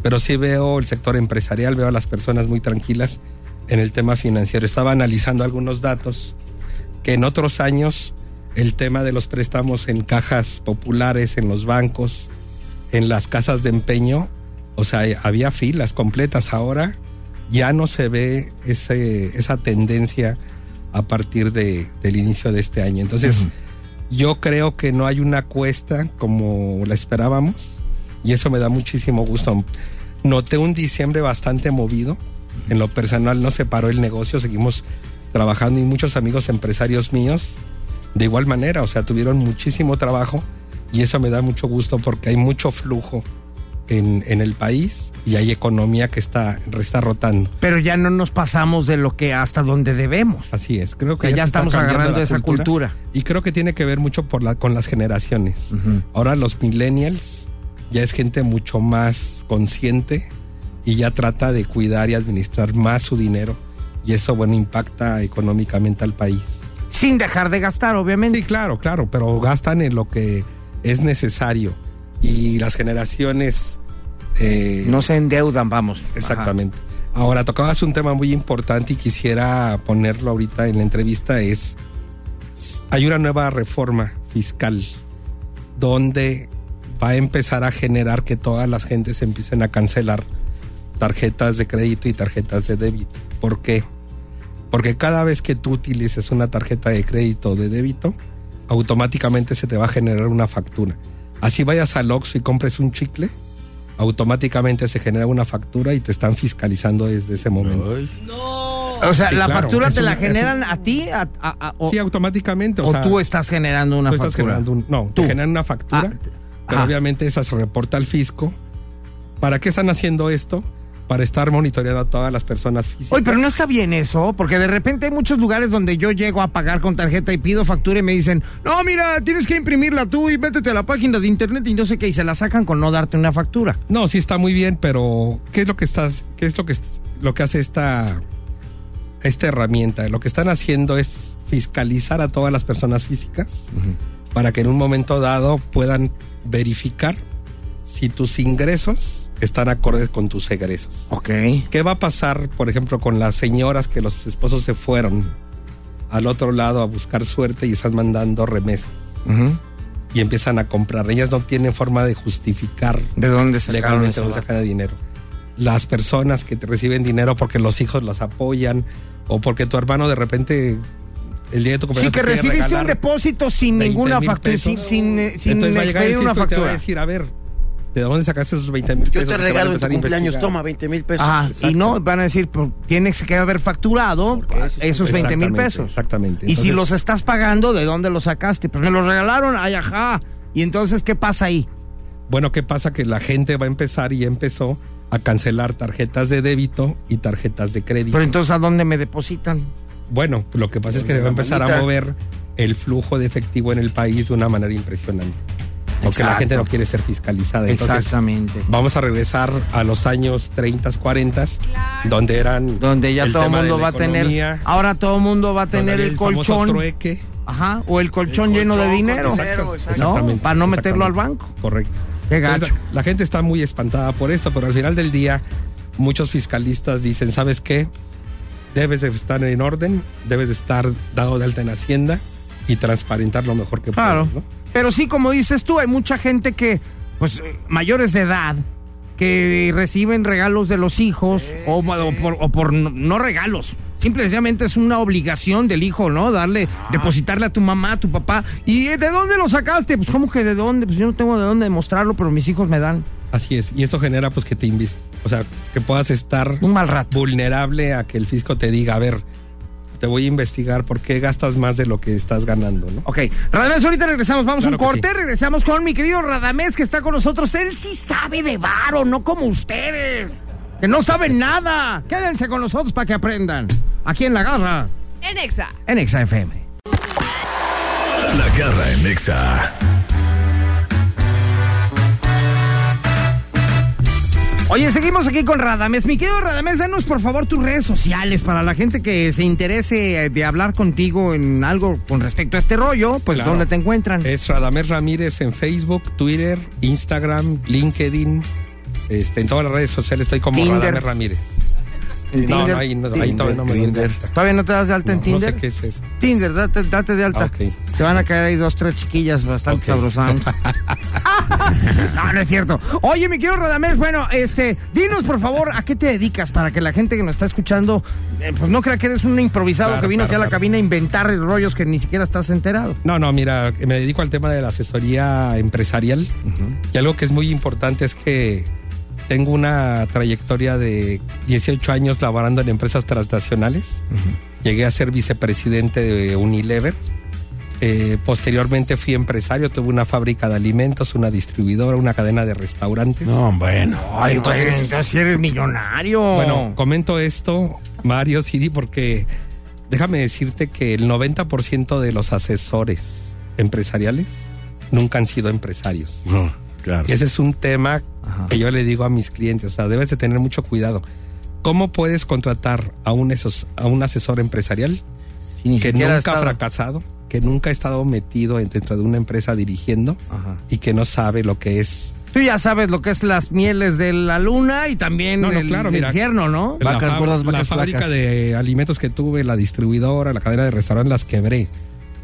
F: pero sí veo el sector empresarial, veo a las personas muy tranquilas en el tema financiero. Estaba analizando algunos datos que en otros años el tema de los préstamos en cajas populares, en los bancos, en las casas de empeño, o sea, había filas completas. Ahora ya no se ve ese, esa tendencia a partir de- del inicio de este año. Entonces, yo creo que no hay una cuesta como la esperábamos y eso me da muchísimo gusto. Noté un diciembre bastante movido. En lo personal no se paró el negocio, seguimos trabajando y muchos amigos empresarios míos de igual manera, o sea, tuvieron muchísimo trabajo y eso me da mucho gusto porque hay mucho flujo en, en el país y hay economía que está, está rotando.
C: Pero ya no nos pasamos de lo que hasta donde debemos.
F: Así es, creo que
C: Ya
F: se está
C: estamos
F: cambiando
C: agarrando
F: la
C: esa cultura.
F: Y creo que tiene que ver mucho por la, con las generaciones. Ahora los millennials ya es gente mucho más consciente y ya trata de cuidar y administrar más su dinero. Y eso, bueno, impacta económicamente al país.
C: Sin dejar de gastar, obviamente.
F: Sí, claro, claro, pero gastan en lo que es necesario. Y las generaciones... eh,
C: No se endeudan, vamos.
F: Exactamente. Ahora, tocabas un tema muy importante y quisiera ponerlo ahorita en la entrevista, es, hay una nueva reforma fiscal donde va a empezar a generar que todas las gentes empiecen a cancelar tarjetas de crédito y tarjetas de débito. ¿Por qué? Porque cada vez que tú utilices una tarjeta de crédito o de débito, automáticamente se te va a generar una factura. Así vayas al Oxxo y compres un chicle, automáticamente se genera una factura y te están fiscalizando desde ese momento.
C: O sea,
F: Sí,
C: la
F: claro.
C: factura
F: Es
C: te
F: una-
C: la
F: es
C: generan a ti a- a- a- o,
F: Sí, automáticamente. O,
C: o
F: sea,
C: tú estás generando una
F: tú
C: factura.
F: estás generando un- No,
C: Tú.
F: te generan una factura,
C: Ah, te-
F: pero
C: ajá.
F: obviamente esa se reporta al fisco. ¿Para qué están haciendo esto? Para estar monitoreando a todas las personas físicas.
C: Oye, pero no está bien eso, porque de repente hay muchos lugares donde yo llego a pagar con tarjeta y pido factura y me dicen, no, mira, tienes que imprimirla tú y métete a la página de internet y no sé qué, y se la sacan con no darte una factura.
F: No, sí está muy bien, pero ¿qué es lo que estás, qué es lo que es- lo que hace esta esta herramienta? Lo que están haciendo es fiscalizar a todas las personas físicas para que en un momento dado puedan verificar si tus ingresos están acordes con tus egresos.
C: Ok.
F: ¿Qué va a pasar, por ejemplo, con las señoras que los esposos se fueron al otro lado a buscar suerte y están mandando remesas y empiezan a comprar? Ellas no tienen forma de justificar
C: ¿De dónde sacaron
F: legalmente
C: eso?
F: no sacan el dinero. Las personas que te reciben dinero porque los hijos las apoyan o porque tu hermano de repente el día de tu
C: Sí,
F: cumpleaños
C: que
F: te quiere
C: recibiste un
F: regalar
C: depósito sin
F: 20,000
C: ninguna factura, sin,
F: pesos.
C: sin, eh, sin
F: Entonces va a llegar el
C: expedir una
F: fisco y te va a
C: factura.
F: decir, a ver, ¿de dónde sacaste esos 20 mil pesos?
G: Yo te
F: Y van a
G: regalo en tu
F: empezar a
G: cumpleaños,
F: investigar.
G: toma 20 mil pesos.
C: Ah, y
G: Exacto.
C: no, van a decir, pues, tienes que haber facturado esos 20 mil
F: Exactamente,
C: pesos.
F: Exactamente.
C: Y si los
F: Entonces,
C: estás pagando, ¿de dónde los sacaste? Pues me los regalaron, ay, ajá. ¿Y entonces qué pasa ahí?
F: Bueno, ¿qué pasa? Que la gente va a empezar y empezó a cancelar tarjetas de débito y tarjetas de crédito.
C: Pero entonces, ¿a dónde me depositan?
F: Bueno, lo que pasa es que se va a empezar a
G: manita.
F: mover el flujo de efectivo en el país de una manera impresionante. Porque la
C: Exacto.
F: gente no quiere ser fiscalizada. Entonces,
C: Exactamente.
F: vamos a regresar a los años 30, 40, donde eran.
C: Donde ya
F: el
C: todo el
F: tema de
C: mundo
F: la
C: va a tener.
F: economía,
C: Ahora todo el mundo va a
F: donde
C: tener
F: había
C: el
F: famoso
C: colchón.
F: trueque.
C: Ajá, o el colchón, lleno de
G: colchón con
C: dinero.
G: dinero,
C: ¿no?
G: exacto.
F: Exactamente,
C: Para no meterlo al
F: exactamente.
C: banco.
F: Correcto.
C: Qué
F: Entonces,
C: gacho.
F: la, la gente está muy espantada por esto, pero al final del día muchos fiscalistas dicen, ¿sabes qué? Debes de estar en orden, debes de estar dado de alta en Hacienda y transparentar lo mejor que
C: Claro.
F: puedas, ¿no?
C: Pero sí, como dices tú, hay mucha gente que, pues, eh, mayores de edad, que reciben regalos de los hijos o, o por, o por no, no regalos. Simplemente es una obligación del hijo, ¿no? Darle,
F: Ah.
C: depositarle a tu mamá, a tu papá. ¿Y eh, de dónde lo sacaste? Pues, ¿cómo que de dónde? Pues yo no tengo de dónde demostrarlo, pero mis hijos me dan
F: Así es. Y esto genera pues que te invis o sea, que puedas estar
C: un mal rato.
F: vulnerable a que el fisco te diga, a ver, te voy a investigar por qué gastas más de lo que estás ganando, ¿no?
C: Ok, Radamés, ahorita regresamos, vamos a
F: Claro
C: un
F: que
C: corte,
F: sí.
C: regresamos con mi querido Radamés que está con nosotros. Él sí sabe de varo, no como ustedes, que no saben nada. Quédense con nosotros para que aprendan. Aquí en La Garra,
E: En Exa.
C: en Exa FM.
B: La garra en Exa.
C: Oye, seguimos aquí con Radamés. Mi querido Radamés, danos por favor tus redes sociales para la gente que se interese eh, de hablar contigo en algo con respecto a este rollo, pues
F: Claro. Eh,
C: dónde te encuentran.
F: Es Radamés Ramírez en Facebook, Twitter, Instagram, LinkedIn. Este, en todas las redes sociales estoy como
C: Tinder.
F: Radamés Ramírez.
C: En
F: No,
C: Tinder.
F: no, ahí, no, ahí todavía no me doy de alta.
C: ¿Todavía no te das de alta en
F: No, no
C: Tinder?
F: sé qué es eso.
C: Tinder, date, date de alta.
F: Ah, ok.
C: Te van a caer ahí dos, tres chiquillas bastante
F: Ok.
C: sabrosas. no, no es cierto. Oye, mi querido Radamés, bueno, este, dinos por favor a qué te dedicas para que la gente que nos está escuchando, eh, pues no crea que eres un improvisado
F: Claro,
C: que vino
F: claro,
C: aquí a la
F: claro.
C: cabina a inventar rollos que ni siquiera estás enterado.
F: No, no, mira, me dedico al tema de la asesoría empresarial. Y algo que es muy importante es que tengo una trayectoria de 18 años laborando en empresas transnacionales. Llegué a ser vicepresidente de Unilever. Eh, posteriormente fui empresario, tuve una fábrica de alimentos, una distribuidora, una cadena de restaurantes.
G: No, bueno.
C: Ay, güey, entonces, eres millonario.
F: Bueno, comento esto, Mario Siri, porque déjame decirte que el 90% de los asesores empresariales nunca han sido empresarios.
G: No, claro.
F: Y ese es un tema
C: Ajá.
F: que yo le digo a mis clientes, o sea, debes de tener mucho cuidado. ¿Cómo puedes contratar a un, esos- a un asesor empresarial
C: Si ni
F: que
C: siquiera has
F: nunca ha
C: estado-
F: fracasado, que nunca ha estado metido en- dentro de una empresa dirigiendo
C: Ajá.
F: y que no sabe lo que es
C: Tú ya sabes lo que es las mieles de la luna y también
F: No, no,
C: el,
F: claro,
C: el
F: mira.
C: infierno, ¿no?
F: La
D: Vacas
F: fab-
D: gordas,
F: La
D: vacas
F: fábrica
D: flacas.
F: de alimentos que tuve, la distribuidora, la cadena de restaurantes, las quebré.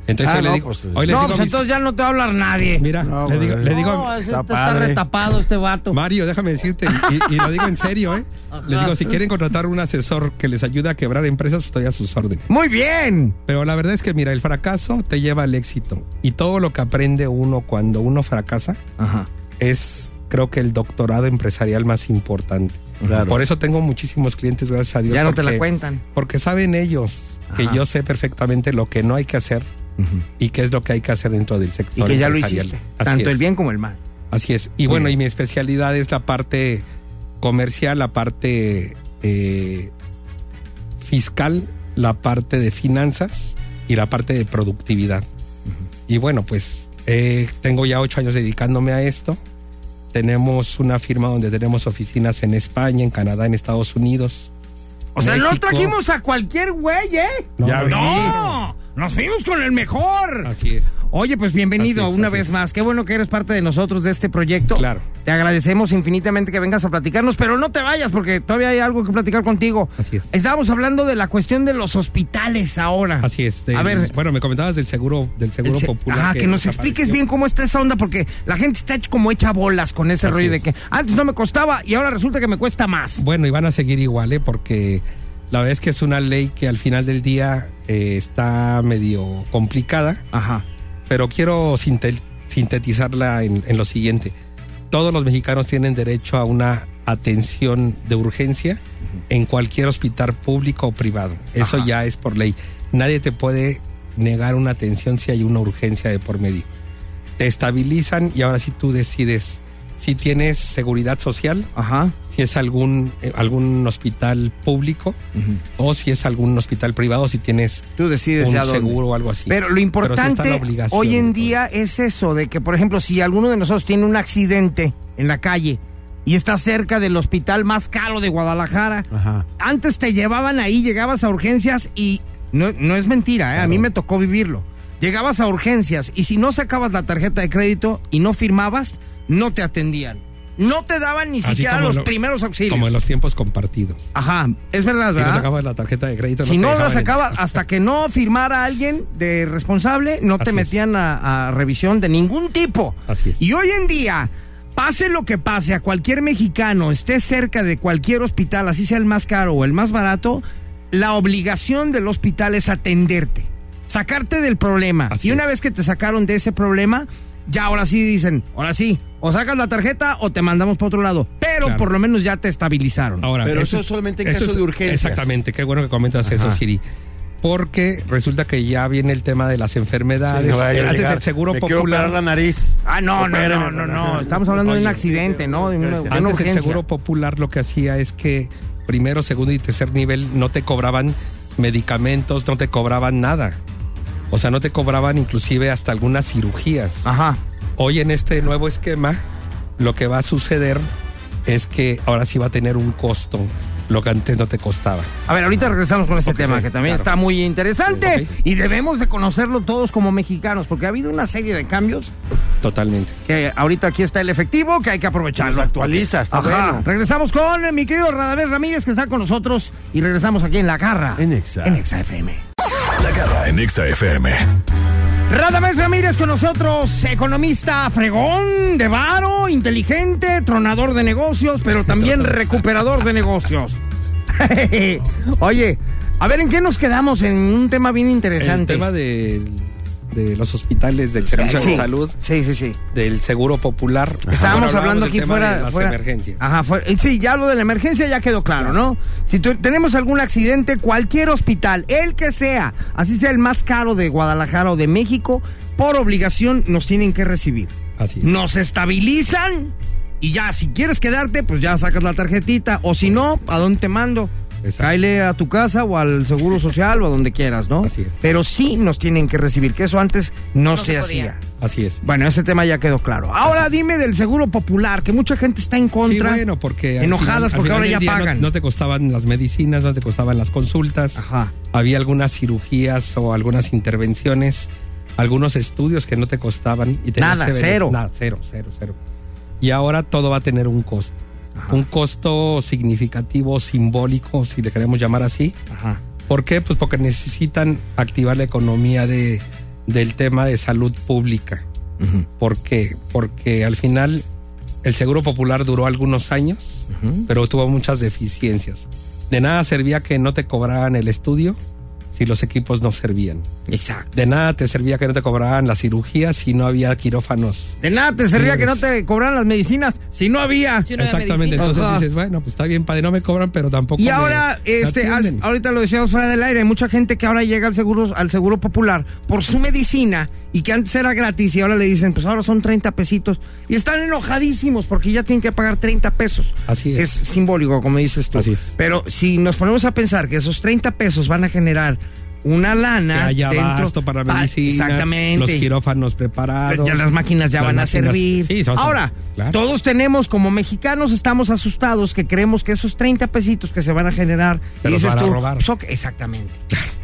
F: Entonces
D: Ah,
F: hoy
D: no,
F: le digo,
D: pues,
F: hoy le
C: no,
F: digo
C: pues
F: a mis-
C: entonces ya no te va a hablar nadie.
F: mira,
D: No,
F: le digo,
D: güey.
F: le digo a-
C: No, ese está,
D: está
C: está
D: padre.
C: retapado este vato.
F: Mario, déjame decirte, y, y lo digo en serio, ¿eh? Les digo, si quieren contratar un asesor que les ayude a quebrar empresas, estoy a sus órdenes.
C: Muy bien.
F: Pero la verdad es que, mira, el fracaso te lleva al éxito. Y todo lo que aprende uno cuando uno fracasa
C: Ajá.
F: es, creo que, el doctorado empresarial más importante.
D: Claro.
F: Por eso tengo muchísimos clientes, gracias a Dios.
C: Ya no te la
F: porque-
C: cuentan.
F: Porque saben ellos que
C: Ajá.
F: yo sé perfectamente lo que no hay que hacer y qué es lo que hay que hacer dentro del sector.
C: Y que ya lo
F: empresarial.
C: hiciste.
F: Así
C: Tanto
F: es.
C: el bien como el mal.
F: Así es. Y bueno, y mi especialidad es la parte comercial, la parte eh, fiscal, la parte de finanzas y la parte de productividad. Y bueno, pues eh, tengo ya ocho años dedicándome a esto. Tenemos una firma donde tenemos oficinas en España, en Canadá, en Estados Unidos.
C: O sea, no
F: México.
C: trajimos a cualquier güey, ¿eh?
F: No,
G: Ya vi.
C: ¡No! ¡Nos fuimos con el mejor!
F: Así es.
C: Oye, pues bienvenido
F: Así es,
C: una
F: así
C: vez
F: es.
C: más. Qué bueno que eres parte de nosotros de este proyecto.
F: Claro.
C: Te agradecemos infinitamente que vengas a platicarnos, pero no te vayas porque todavía hay algo que platicar contigo.
F: Así es.
C: Estábamos hablando de la cuestión de los hospitales ahora.
F: Así es. del-
C: a ver,
F: Bueno, me comentabas del seguro, del
C: el
F: seguro
C: se-
F: popular.
C: Ajá, que, nos expliques
F: desapareció.
C: bien cómo está esa onda porque la gente está hecha- como hecha bolas con ese
F: Así
C: rollo de
F: es.
C: que antes no me costaba y ahora resulta que me cuesta más.
F: Bueno, y van a seguir igual, ¿eh? porque la verdad es que es una ley que al final del día eh, está medio complicada,
C: Ajá.
F: pero quiero sinte- sintetizarla en, en lo siguiente. Todos los mexicanos tienen derecho a una atención de urgencia en cualquier hospital público o privado. Eso
C: Ajá.
F: ya es por ley. Nadie te puede negar una atención si hay una urgencia de por medio. Te estabilizan y ahora sí tú decides si tienes seguridad social,
C: Ajá.
F: si es algún, eh, algún hospital público o si es algún hospital privado, si tienes
C: Tú decides
F: un
C: ya dónde.
F: seguro o algo así.
C: Pero lo
F: sí está la
C: importante
F: obligación,
C: hoy en
F: ¿no?
C: día es eso, de que, por ejemplo, si alguno de nosotros tiene un accidente en la calle y está cerca del hospital más caro de Guadalajara,
D: Ajá.
C: antes te llevaban ahí, llegabas a urgencias y no, no es mentira, ¿eh? a mí me tocó vivirlo. Llegabas a urgencias y si no sacabas la tarjeta de crédito y no firmabas, no te atendían. No te daban ni
F: Así
C: siquiera
F: como
C: los
F: lo-
C: primeros auxilios.
F: Como en los tiempos compartidos.
C: Ajá, es verdad,
F: Si no
C: ¿verdad?
F: sacabas la tarjeta de crédito,
C: Si
F: te
C: no la
F: dejaban entrar.
C: sacaba hasta que no firmara alguien de responsable, no te
F: Así es.
C: metían a, a revisión de ningún tipo.
F: Así es.
C: Y hoy en día Pase lo que pase, a cualquier mexicano esté cerca de cualquier hospital, así sea el más caro o el más barato, la obligación del hospital es atenderte, sacarte del problema.
F: Así
C: y una
F: es.
C: vez que te sacaron de ese problema, ya ahora sí dicen, ahora sí, o sacas la tarjeta o te mandamos para otro lado. Pero
F: Claro.
C: por lo menos ya te estabilizaron.
F: Ahora,
D: Pero eso es solamente en
F: eso
D: caso de urgencias.
F: Exactamente, qué bueno que comentas eso,
C: Ajá.
F: Siri. Porque resulta que ya viene el tema de las
G: Sí,
F: enfermedades.
G: no vaya a
F: Antes
G: llegar.
F: el seguro
G: Me quiero operar la
F: popular.
G: nariz.
C: Ah, no, no,
G: Opérame,
C: no, no, no.
G: no.
C: Estamos hablando de un
G: Oye,
C: accidente, ¿no? De una, de una
F: Antes el
C: urgencia.
F: seguro popular lo que hacía es que primero, segundo y tercer nivel no te cobraban medicamentos, no te cobraban nada. O sea, no te cobraban inclusive hasta algunas cirugías.
C: Ajá.
F: Hoy en este nuevo esquema, lo que va a suceder es que ahora sí va a tener un costo, lo que antes no te costaba.
C: A ver, ahorita regresamos con ese
F: Ok,
C: tema
F: sí,
C: que también
F: claro.
C: está muy interesante
F: Ok.
C: y debemos de conocerlo todos como mexicanos porque ha habido una serie de cambios
F: Totalmente.
C: que ahorita aquí está el efectivo que hay que
G: Los
C: aprovecharlo.
G: actualiza, está
C: Ajá.
G: bueno.
C: Regresamos con eh, mi querido Radamés Ramírez que está con nosotros y regresamos aquí en La Garra.
G: En Exa.
C: En Exa FM.
B: La garra en Exa FM.
C: Radamés Ramírez con nosotros, economista fregón, de varo, inteligente, tronador de negocios, pero también recuperador de negocios. Oye, a ver, ¿en qué nos quedamos? En un tema bien
F: El
C: interesante.
F: tema de, de los hospitales, del servicio
C: Sí,
F: de salud,
C: Sí, sí, sí.
F: del seguro popular.
C: Estábamos
F: Ahora
C: hablando
F: del
C: aquí
F: tema
C: fuera.
F: de las
C: fuera-
F: emergencias.
C: Ajá, fuera- eh, sí, ya lo de la emergencia ya quedó claro, ¿no? Si tu- tenemos algún accidente, cualquier hospital, el que sea, así sea el más caro de Guadalajara o de México, por obligación nos tienen que recibir.
F: Así es.
C: Nos estabilizan y ya, si quieres quedarte, pues ya sacas la tarjetita. O si no, ¿a dónde te mando?
F: Exacto.
C: Cáile a tu casa o al seguro social o a donde quieras, ¿no?
F: Así es.
C: Pero sí nos tienen que recibir, que eso antes no,
E: No
C: se,
E: se podía.
C: hacía.
F: Así es.
C: Bueno, ese tema ya quedó claro. Ahora dime del seguro popular, que mucha gente está en contra.
F: Sí, bueno, porque al final- al
C: enojadas porque
F: final
C: ahora
F: del
C: ya
F: día no-
C: pagan.
F: No, te costaban las medicinas, no te costaban las consultas.
C: Ajá.
F: Había algunas cirugías o algunas intervenciones, algunos estudios que no te costaban. Y tenías
C: Nada,
F: que ver-
C: cero.
F: Nada, cero, cero, cero. Y ahora todo va a tener un costo. Un costo significativo, simbólico, si le queremos llamar así.
C: Ajá.
F: ¿Por qué? Pues porque necesitan activar la economía de, del tema de salud pública. ¿Por qué? Porque al final el Seguro Popular duró algunos años, pero tuvo muchas deficiencias. De nada servía que no te cobraran el estudio si los equipos no servían.
C: Exacto.
F: De nada te servía que no te cobraran las cirugías si no había quirófanos.
C: De nada te servía que no te cobraran las medicinas si no había.
E: Si no había
F: Exactamente,
E: medicina.
F: entonces
C: Ajá.
F: dices, bueno, pues está bien, padre, no me cobran, pero tampoco.
C: Y
F: me-
C: ahora,
F: me
C: este, as-
F: atienden.
C: ahorita lo decíamos fuera del aire, hay mucha gente que ahora llega al seguro, al seguro popular por su medicina y que antes era gratis y ahora le dicen, pues ahora son 30 pesitos. Y están enojadísimos porque ya tienen que pagar 30 pesos.
F: Así es.
C: Es simbólico, como dices tú.
F: Así es.
C: Pero si nos ponemos a pensar que esos 30 pesos van a generar una lana
F: que haya
C: dentro-
F: abasto para
C: pa-
F: medicinas, los
C: exactamente.
F: quirófanos
C: Pero
F: preparados.
C: Ya las máquinas ya
F: Las
C: van
F: máquinas-
C: a servir.
F: Sí, son-
C: Ahora,
F: claro.
C: todos tenemos, como mexicanos, estamos asustados que creemos que esos 30 pesitos que se van a generar.
F: Se los van a robar.
C: pues, ok, exactamente.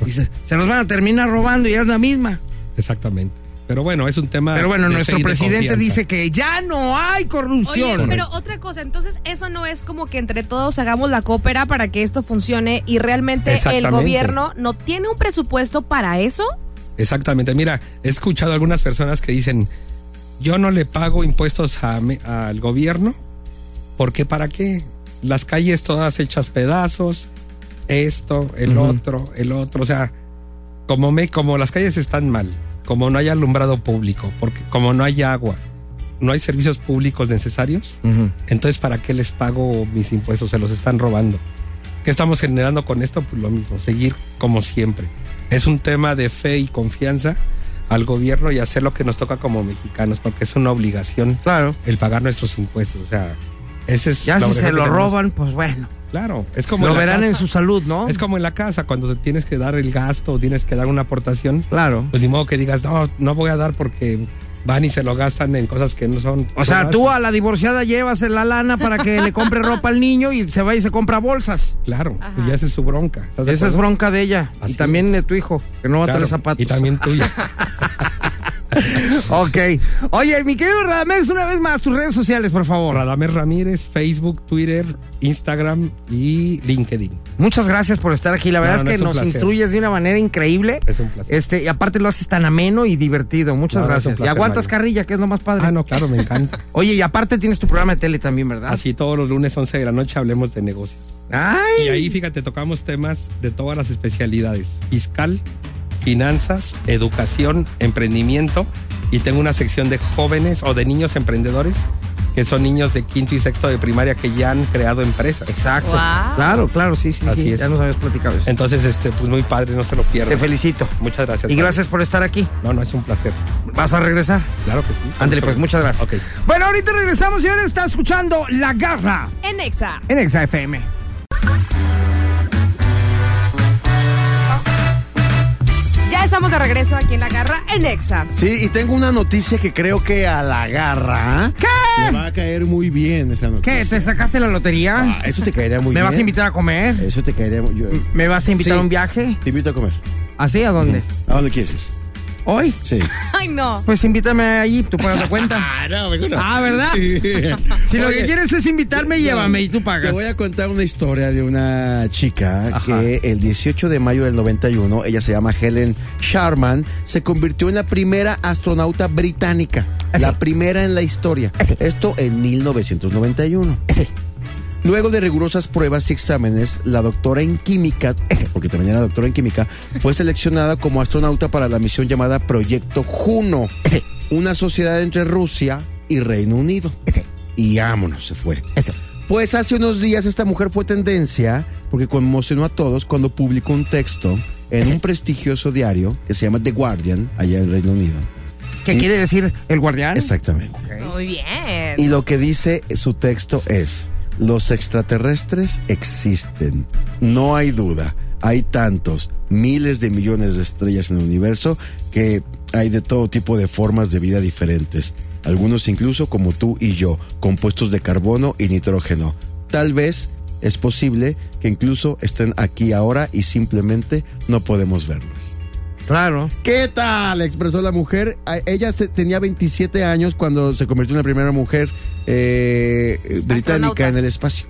F: pues,
C: Dices, se los van a terminar robando y es la misma.
F: Exactamente. Pero bueno, es un tema.
C: Pero bueno,
F: de
C: nuestro
F: fe y Ah, de
C: presidente
F: confianza.
C: dice que ya no hay
E: Oye,
C: corrupción.
E: pero otra cosa, entonces eso no es como que entre todos hagamos la cópera para que esto funcione y realmente el
F: Exactamente.
E: gobierno no tiene un presupuesto para eso.
F: Exactamente. Mira, he escuchado algunas personas que dicen: Yo no le pago impuestos a me- al gobierno, porque ¿para qué? Las calles todas hechas pedazos, esto, el otro, el otro. O sea, como, me, como las calles están mal, como no hay alumbrado público, porque como no hay agua, no hay servicios públicos necesarios, Entonces, ¿para qué les pago mis impuestos? Se los están robando. ¿Qué estamos generando con esto? Pues lo mismo, seguir como siempre. Es un tema de fe y confianza al gobierno y hacer lo que nos toca como mexicanos, porque es una obligación
C: Claro.
F: el pagar nuestros impuestos. O sea, ese es
C: Ya
F: la
C: si
F: obligación
C: se
F: que
C: lo
F: tenemos.
C: roban, pues bueno.
F: Claro, es como
C: Lo
F: en la
C: verán en
F: casa.
C: su salud, ¿no?
F: Es como en la casa, cuando te tienes que dar el gasto, o tienes que dar una aportación,
C: Claro.
F: pues ni modo que digas, no, no voy a dar porque van y se lo gastan en cosas que no son.
C: O sea, tú a la divorciada llevas la lana para que le compre ropa al niño y se va y se compra bolsas.
F: Claro, pues
E: Ajá.
F: ya esa es su bronca. ¿estás de
C: Esa es
F: acuerdo?
C: bronca de ella.
F: Así
C: y también
F: es.
C: de tu hijo, que no va a
F: Claro,
C: traer zapatos.
F: Y también tuya.
C: ok. Oye, mi querido Radamés, una vez más, tus redes sociales, por favor.
F: Radamés Ramírez, Facebook, Twitter, Instagram y LinkedIn.
C: Muchas gracias por estar aquí. La verdad
F: No,
C: es
F: no,
C: que
F: es un
C: nos
F: placer.
C: instruyes de una manera increíble.
F: Es un placer.
C: Este, y aparte lo haces tan ameno y divertido. Muchas
F: No, no, es un
C: gracias. y
F: placer,
C: aguantas
F: Mario.
C: carrilla, que es lo más padre.
F: Ah, no, claro, me encanta.
C: Oye, y aparte tienes tu programa de tele también, ¿verdad?
F: Así todos los lunes 11 de la noche hablemos de negocios.
C: Ay.
F: Y ahí, fíjate, tocamos temas de todas las especialidades. Fiscal, finanzas, educación, emprendimiento. Y tengo una sección de jóvenes o de niños emprendedores, que son niños de quinto y sexto de primaria que ya han creado empresas.
C: Exacto.
E: Guau.
C: Claro, claro, sí, sí,
F: Así
C: sí.
F: es.
C: Ya nos habías platicado eso.
F: Entonces, este, pues muy padre, no se lo pierdan.
C: Te felicito.
F: Muchas gracias.
C: Y
F: padre.
C: gracias por estar aquí.
F: No, no, es un placer.
C: ¿Vas a regresar?
F: Claro que sí.
C: Ándale, pues muchas gracias.
F: Ok.
C: Bueno, ahorita regresamos, señores. Está escuchando La Garra
E: En Exa.
C: en Exa FM.
E: Ya estamos de regreso aquí en La Garra en Exa.
D: Sí, y tengo una noticia que creo que a la garra ¿eh? le
C: ¿Qué?
D: va a caer muy bien esta noticia.
C: ¿Qué? ¿Te sacaste la lotería?
D: Ah, eso te caería muy
C: ¿Me
D: bien.
C: vas a invitar Mm. a comer?
D: Eso te caería muy yo-
C: ¿Me vas a invitar
D: Sí.
C: a un viaje?
D: Te invito a comer.
C: ¿Así? ¿A dónde?
D: ¿A dónde quieres ir?
C: ¿Hoy?
D: Sí.
E: Ay, no.
C: Pues invítame ahí, tú pagas la cuenta.
D: no, mejor no.
C: Ah, ¿verdad? Si lo
D: Oye,
C: que quieres es invitarme, llévame y tú
D: Te
C: pagas.
D: voy a contar una historia de una chica
C: Ajá.
D: que el 18 de mayo del 91, ella se llama Helen Sharman, se convirtió en la primera astronauta británica.
C: Eh,
D: La primera en la historia. Esto en 1991.
C: Eh,
D: Luego de rigurosas pruebas y exámenes, la doctora en química,
C: Eh,
D: porque también era doctora en química, fue seleccionada como astronauta para la misión llamada Proyecto Juno, una sociedad entre Rusia y Reino Unido. Y ámonos, se fue. Pues hace unos días esta mujer fue tendencia porque conmocionó a todos cuando publicó un texto en un prestigioso diario que se llama The Guardian, allá en Reino Unido.
C: ¿Qué
D: Y-
C: quiere decir el guardián?
D: Exactamente.
E: Muy bien.
D: Y lo que dice su texto es, los extraterrestres existen, no hay duda, hay tantos, miles de millones de estrellas en el universo que hay de todo tipo de formas de vida diferentes, algunos incluso como tú y yo, compuestos de carbono y nitrógeno. Tal vez es posible que incluso estén aquí ahora y simplemente no podemos verlos.
C: Claro.
D: ¿Qué tal? Expresó la mujer. A- Ella se- tenía 27 años cuando se convirtió en la primera mujer eh, eh, británica
E: Astronauta.
D: en el espacio.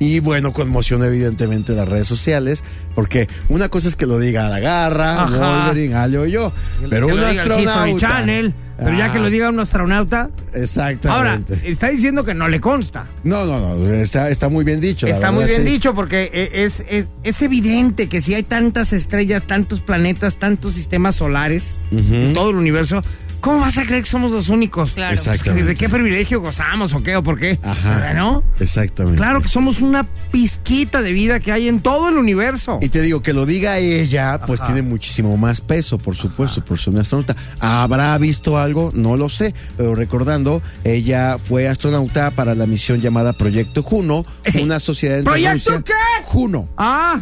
D: Y bueno, conmocionó evidentemente las redes sociales, porque una cosa es que lo diga a la garra,
C: Ajá.
D: Wolverine, Ale o yo, pero
C: Que
D: un
C: lo diga el History
D: astronauta.
C: Channel, pero ya que lo
D: Ah,
C: diga un astronauta. Ahora, eh,
D: Exactamente.
C: está diciendo que no le consta.
D: no, no, no, está, está muy bien dicho. la
C: Está muy
D: verdad,
C: bien
D: sí.
C: dicho porque eh, es, es, es evidente que si hay tantas estrellas, tantos planetas, tantos sistemas solares en todo el universo, ¿cómo vas a creer que somos los únicos?
E: Claro.
D: Exactamente.
C: ¿Desde qué privilegio gozamos o qué o por qué?
D: Ajá.
C: ¿No?
D: Exactamente.
C: Claro que somos una pizquita de vida que hay en todo el universo.
D: Y te digo, que lo diga ella, pues tiene muchísimo más peso, por supuesto, por ser una astronauta. ¿Habrá visto algo? No lo sé, pero recordando, ella fue astronauta para la misión llamada Proyecto Juno,
C: Sí.
D: una sociedad entre
C: ¿Proyecto
D: Rusia-
C: qué?
D: Juno.
C: ¡Ah!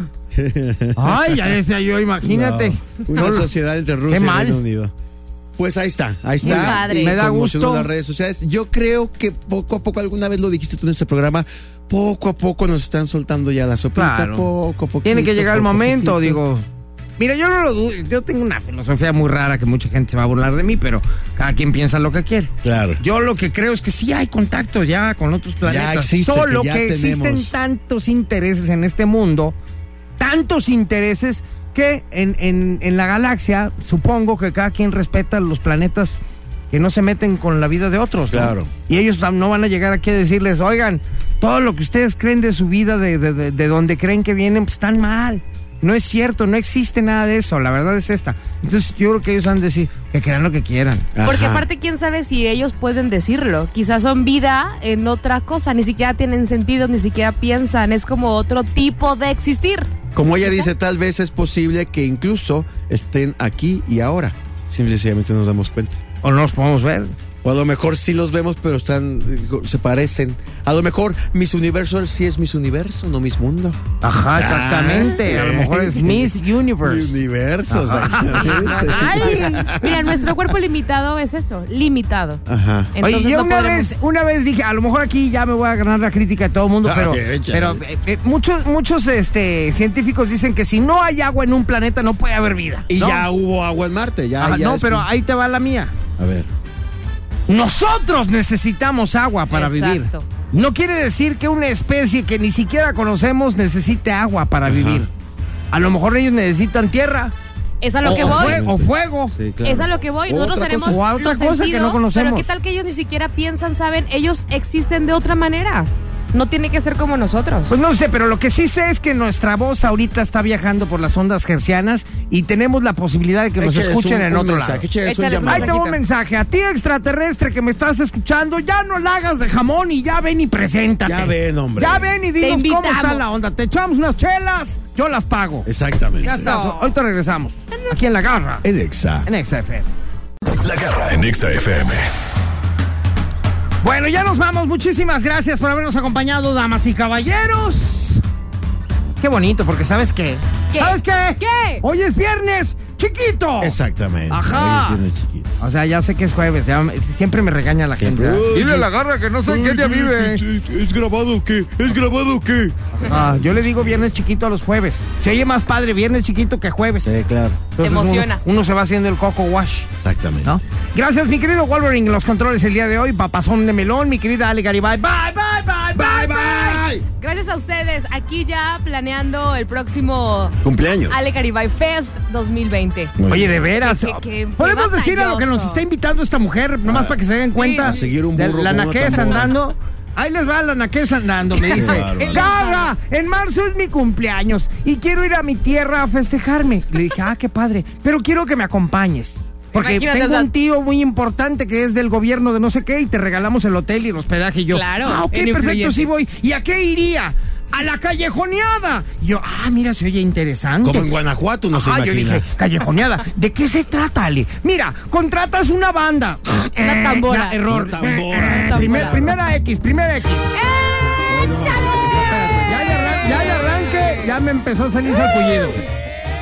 C: ¡Ay, ya decía yo, imagínate!
D: No, una
C: No,
D: sociedad entre Rusia y
C: mal.
D: Reino Unido. Pues ahí está, ahí está.
E: Muy padre.
D: Y
C: Me da
D: conmocionó
C: gusto.
D: las redes sociales. Yo creo que poco a poco, alguna vez lo dijiste tú en este programa, poco a poco nos están soltando ya la sopita,
C: Claro.
D: poco a poco.
C: Tiene que llegar el momento, digo. Mira, yo no lo dudo. Yo tengo una filosofía muy rara que mucha gente se va a burlar de mí, pero cada quien piensa lo que quiere.
D: Claro.
C: Yo lo que creo es que sí hay contacto ya con otros planetas.
D: existe, que
C: Solo que,
D: ya
C: existen
D: tenemos.
C: tantos intereses en este mundo, tantos intereses que en, en- en la galaxia supongo que cada quien respeta los planetas que no se meten con la vida de otros. ¿no?
D: Claro.
C: Y ellos tam- no van a llegar aquí a decirles, oigan, todo lo que ustedes creen de su vida, de, de- de- de donde creen que vienen, pues están mal. No es cierto, no existe nada de eso. La verdad es esta. Entonces yo creo que ellos han de decir que crean lo que quieran.
E: Porque
D: Ajá.
E: aparte, quién sabe si ellos pueden decirlo. Quizás son vida en otra cosa, ni siquiera tienen sentido, ni siquiera piensan. Es como otro tipo de existir.
D: Como ella dice, tal vez es posible que incluso estén aquí y ahora. Simple y sencillamente nos damos cuenta.
C: O no los podemos ver.
D: O a lo mejor sí los vemos, pero están se parecen. A lo mejor Miss Universo sí es Miss Universo, no Miss Mundo. Ah,
C: Ajá, exactamente. A lo mejor es Miss Universe.
D: Universo, exactamente.
E: Mira, nuestro cuerpo limitado es eso, limitado.
D: Ajá.
E: Entonces
C: Oye, yo
E: no
C: una,
E: podremos-
C: vez, una vez dije, a lo mejor aquí ya me voy a ganar la crítica de todo el mundo,
D: Ah,
C: pero,
D: bien, ya.
C: pero eh, eh, muchos, muchos este, científicos dicen que si no hay agua en un planeta no puede haber vida.
D: Y ah,
C: ¿no?
D: ya hubo agua en Marte, ya.
C: Ajá,
D: ya
C: no,
D: es-
C: pero ahí te va la mía.
D: A A ver.
C: Nosotros necesitamos agua para vivir.
E: Exacto.
C: No quiere decir que una especie que ni siquiera conocemos necesite agua para vivir. A lo mejor ellos necesitan tierra
E: Es a lo
C: o,
E: que
C: o
E: voy.
C: fue- o fuego.
D: Sí, Oh, claro.
E: Es a lo que voy.
D: O
E: Nosotros
D: otra
E: tenemos
D: cosa.
C: O a otra
E: los
C: cosa que no
E: sentidos,
C: conocemos.
E: pero qué tal que ellos ni siquiera piensan, saben, ellos existen de otra manera. No tiene que ser como nosotros.
C: Pues no sé, pero lo que sí sé es que nuestra voz ahorita está viajando por las ondas hercianas y tenemos la posibilidad de que nos
D: Échales
C: escuchen
D: un-
C: en
D: un
C: otro
D: mensaje,
C: lado.
D: échales un
E: Échales un
D: llamado.
C: Ahí te va un
E: Mensajito.
C: mensaje. A ti, extraterrestre que me estás escuchando, ya no la hagas de jamón y ya ven y preséntate.
D: Ya ven, hombre.
C: Ya ven y dinos cómo
E: invitamos.
C: está la onda. Te echamos unas chelas, yo las pago.
D: Exactamente.
C: Ya está. Ahorita regresamos. Aquí en La Garra,
D: En Exa.
C: en XFM.
B: La garra en Exa FM.
C: Bueno, ya nos vamos. Muchísimas gracias por habernos acompañado, damas y caballeros. Qué bonito, porque ¿sabes qué?
E: ¿Qué?
C: ¿Sabes qué?
E: ¿Qué?
C: Hoy es viernes, chiquito.
D: Exactamente.
C: Ajá.
D: Ahí tiene chiquito.
C: O sea, ya sé que es jueves, ya me- siempre me regaña la gente.
D: Siempre.
C: ¿eh? Dile a la garra que no sé en qué día vive. ¿eh?
D: ¿Es grabado qué? ¿Es grabado qué?
C: Ah, yo le digo viernes chiquito a los jueves. Se oye más padre viernes chiquito que jueves.
D: Sí, claro.
C: Entonces
E: Te
C: uno-
E: emocionas.
C: Uno, se va haciendo el coco wash.
D: Exactamente.
C: ¿no? Gracias, mi querido Wolverine, los controles el día de hoy. Papazón de melón, mi querida Ale Garibay. Bye, bye, bye, bye, bye.
E: Gracias a ustedes. Aquí ya planeando el próximo
D: Cumpleaños.
E: Ale Caribay Fest 2020.
D: Muy
C: Oye,
D: bien.
C: de veras.
E: Qué- qué- qué
C: Podemos decir a lo que nos
E: batallosos.
C: está invitando esta mujer, nomás para que se den cuenta.
D: A Ah, seguir un
C: de
D: burro
C: La
D: con una
C: naquez
D: tambora.
C: andando. Ahí les va la naquez andando, me dice.
D: bárbaro.
C: ¡Garra! En marzo es mi cumpleaños y quiero ir a mi tierra a festejarme. Le dije, ah, qué padre, pero quiero que me acompañes. Porque
E: Imagínate,
C: tengo
E: o sea-
C: un tío muy importante que es del gobierno de no sé qué y te regalamos el hotel y el hospedaje y yo.
E: Claro,
C: Ah, ok,
E: en
C: perfecto,
E: influyente.
C: sí voy. ¿Y a qué iría? A la callejoneada. Y yo, ah, mira, se oye interesante.
D: Como en Guanajuato, no se
C: Ah, yo
D: imagina.
C: dije, callejoneada. ¿De qué se trata, Ale? Mira, contratas una banda.
E: Una
C: Eh,
E: tambora.
C: ya, error.
D: Una tambora.
C: Eh, eh,
D: Sí,
C: primer-
D: claro.
C: primera X, primera X. Ya le, arran- ya le arranque, ya me empezó a salir sarpullido.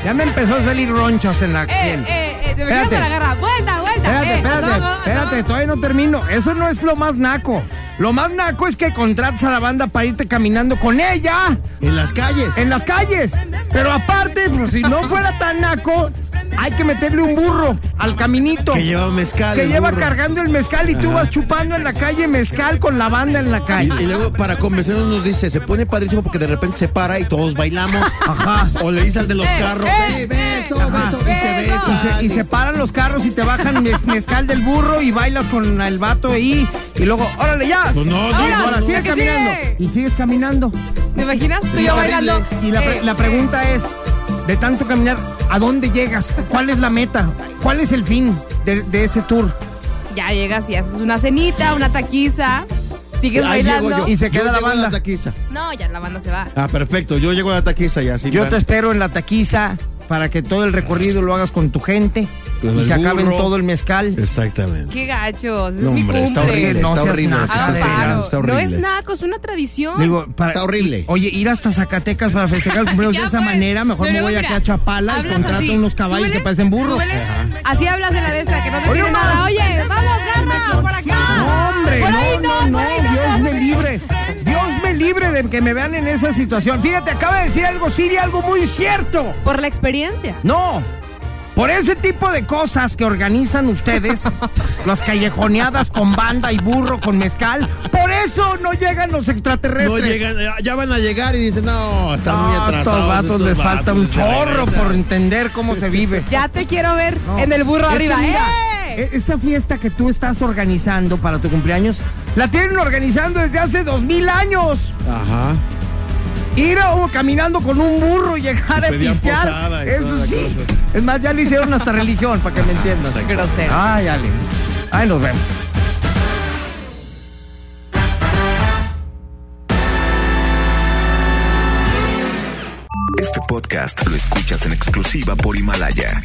C: Ya me empezó a salir ronchas en la
E: Eh,
C: piel.
E: eh, eh, de verdad
C: Espérate.
E: a la garra. Vuelta, vuelta.
C: Espérate,
E: eh,
C: espérate,
E: a todo, a todo.
C: espérate, todavía no termino. Eso no es lo más naco. Lo más naco es que contratas a la banda para irte caminando con ella.
D: En las calles.
C: en las calles. Pero aparte, pues, si no fuera tan naco, hay que meterle un burro al caminito.
D: Que lleva mezcal.
C: Que
D: el
C: lleva
D: burro.
C: cargando el mezcal y tú vas chupando en la calle mezcal con la banda en la calle.
D: Y, y luego para convencernos nos dice, se pone padrísimo porque de repente se para y todos bailamos.
C: Ajá.
D: O le dice al de
E: Eh,
D: los carros. "Sí, beso, beso", y se
C: Y
D: besan.
C: se, y se paran los carros y te bajan mez- mezcal del burro y bailas con el vato ahí. Y luego, órale ya.
D: Pues no, sí,
C: Ahora,
D: no,
C: ahora,
D: no.
C: sigue
E: ¿Qué
C: caminando.
E: sigue?
C: Y sigues caminando.
E: ¿Te imaginas? Tú y yo bailando.
C: Y la, pre-
E: eh,
C: la pregunta es, de tanto caminar, ¿a dónde llegas? ¿Cuál es la meta? ¿Cuál es el fin de, de ese tour?
E: Ya llegas y haces una cenita, una taquiza. Sigues
D: Ahí llego
E: bailando.
D: yo.
C: Y se queda
D: Yo
C: la
D: llego a
C: banda.
D: la taquiza.
E: No, ya la banda se va.
D: Ah, perfecto. Yo llego a la taquiza ya. sin
C: Yo
D: plan.
C: te espero en la taquiza para que todo el recorrido lo hagas con tu gente
D: Con
C: y
D: el
C: se acaben
D: burro.
C: todo el mezcal.
D: Exactamente.
E: Qué gachos. Es
D: No,
E: mi cumple.
D: hombre, está horrible.
C: No
D: está
C: seas
D: horrible.
C: naco.
D: lo que estás
E: Hagan
C: Está
E: paro.
D: platicando, Está
E: No es
D: horrible.
E: naco, es una tradición.
C: Digo, para-
D: Está horrible.
C: Oye, ir hasta Zacatecas para festejar el cumpleaños de
E: Ya,
C: esa
E: pues.
C: manera, mejor
E: Pero
C: me
E: luego,
C: voy aquí
E: mira,
C: a Chapala y
E: hablas
C: contrato
E: así.
C: unos caballos
E: Súbele,
C: que parecen burros.
E: súbele. Así hablas de la de esa, que no te
C: Oye,
E: tiene
C: Omar.
E: nada. Oye, vamos, garra, por acá.
C: No, hombre,
E: por ahí
C: no, no,
E: por ahí
C: no, Dios
E: no.
C: me libre. Dios me libre de que me vean en esa situación. Fíjate, acaba de decir algo, Siri, algo muy cierto.
E: Por la experiencia.
C: No. Por ese tipo de cosas que organizan ustedes, las callejoneadas con banda y burro con mezcal, por eso no llegan los
D: No
C: extraterrestres.
D: llegan, ya- ya van a llegar y dicen, no, están muy
C: Ah,
D: atrasados.
C: estos vatos
D: estos
C: les
D: vatos,
C: falta un
D: se
C: chorro
D: regresan".
C: por entender cómo se vive.
E: Ya te quiero ver
C: No.
E: en el burro
C: Es que
E: arriba.
C: mira,
E: ¡Eh!
C: e- Esa fiesta que tú estás organizando para tu cumpleaños, la tienen organizando desde hace dos mil años.
D: Ajá.
C: Ir a- o caminando con un burro y llegar a
D: Pedían
C: pistear.
D: posada y
C: Eso
D: toda la
C: sí. Es más, ya le hicieron hasta religión, para que me entiendas.
E: Grosero.
C: Ay, Ale. Ay, nos vemos.
A: Este podcast lo escuchas en exclusiva por Himalaya.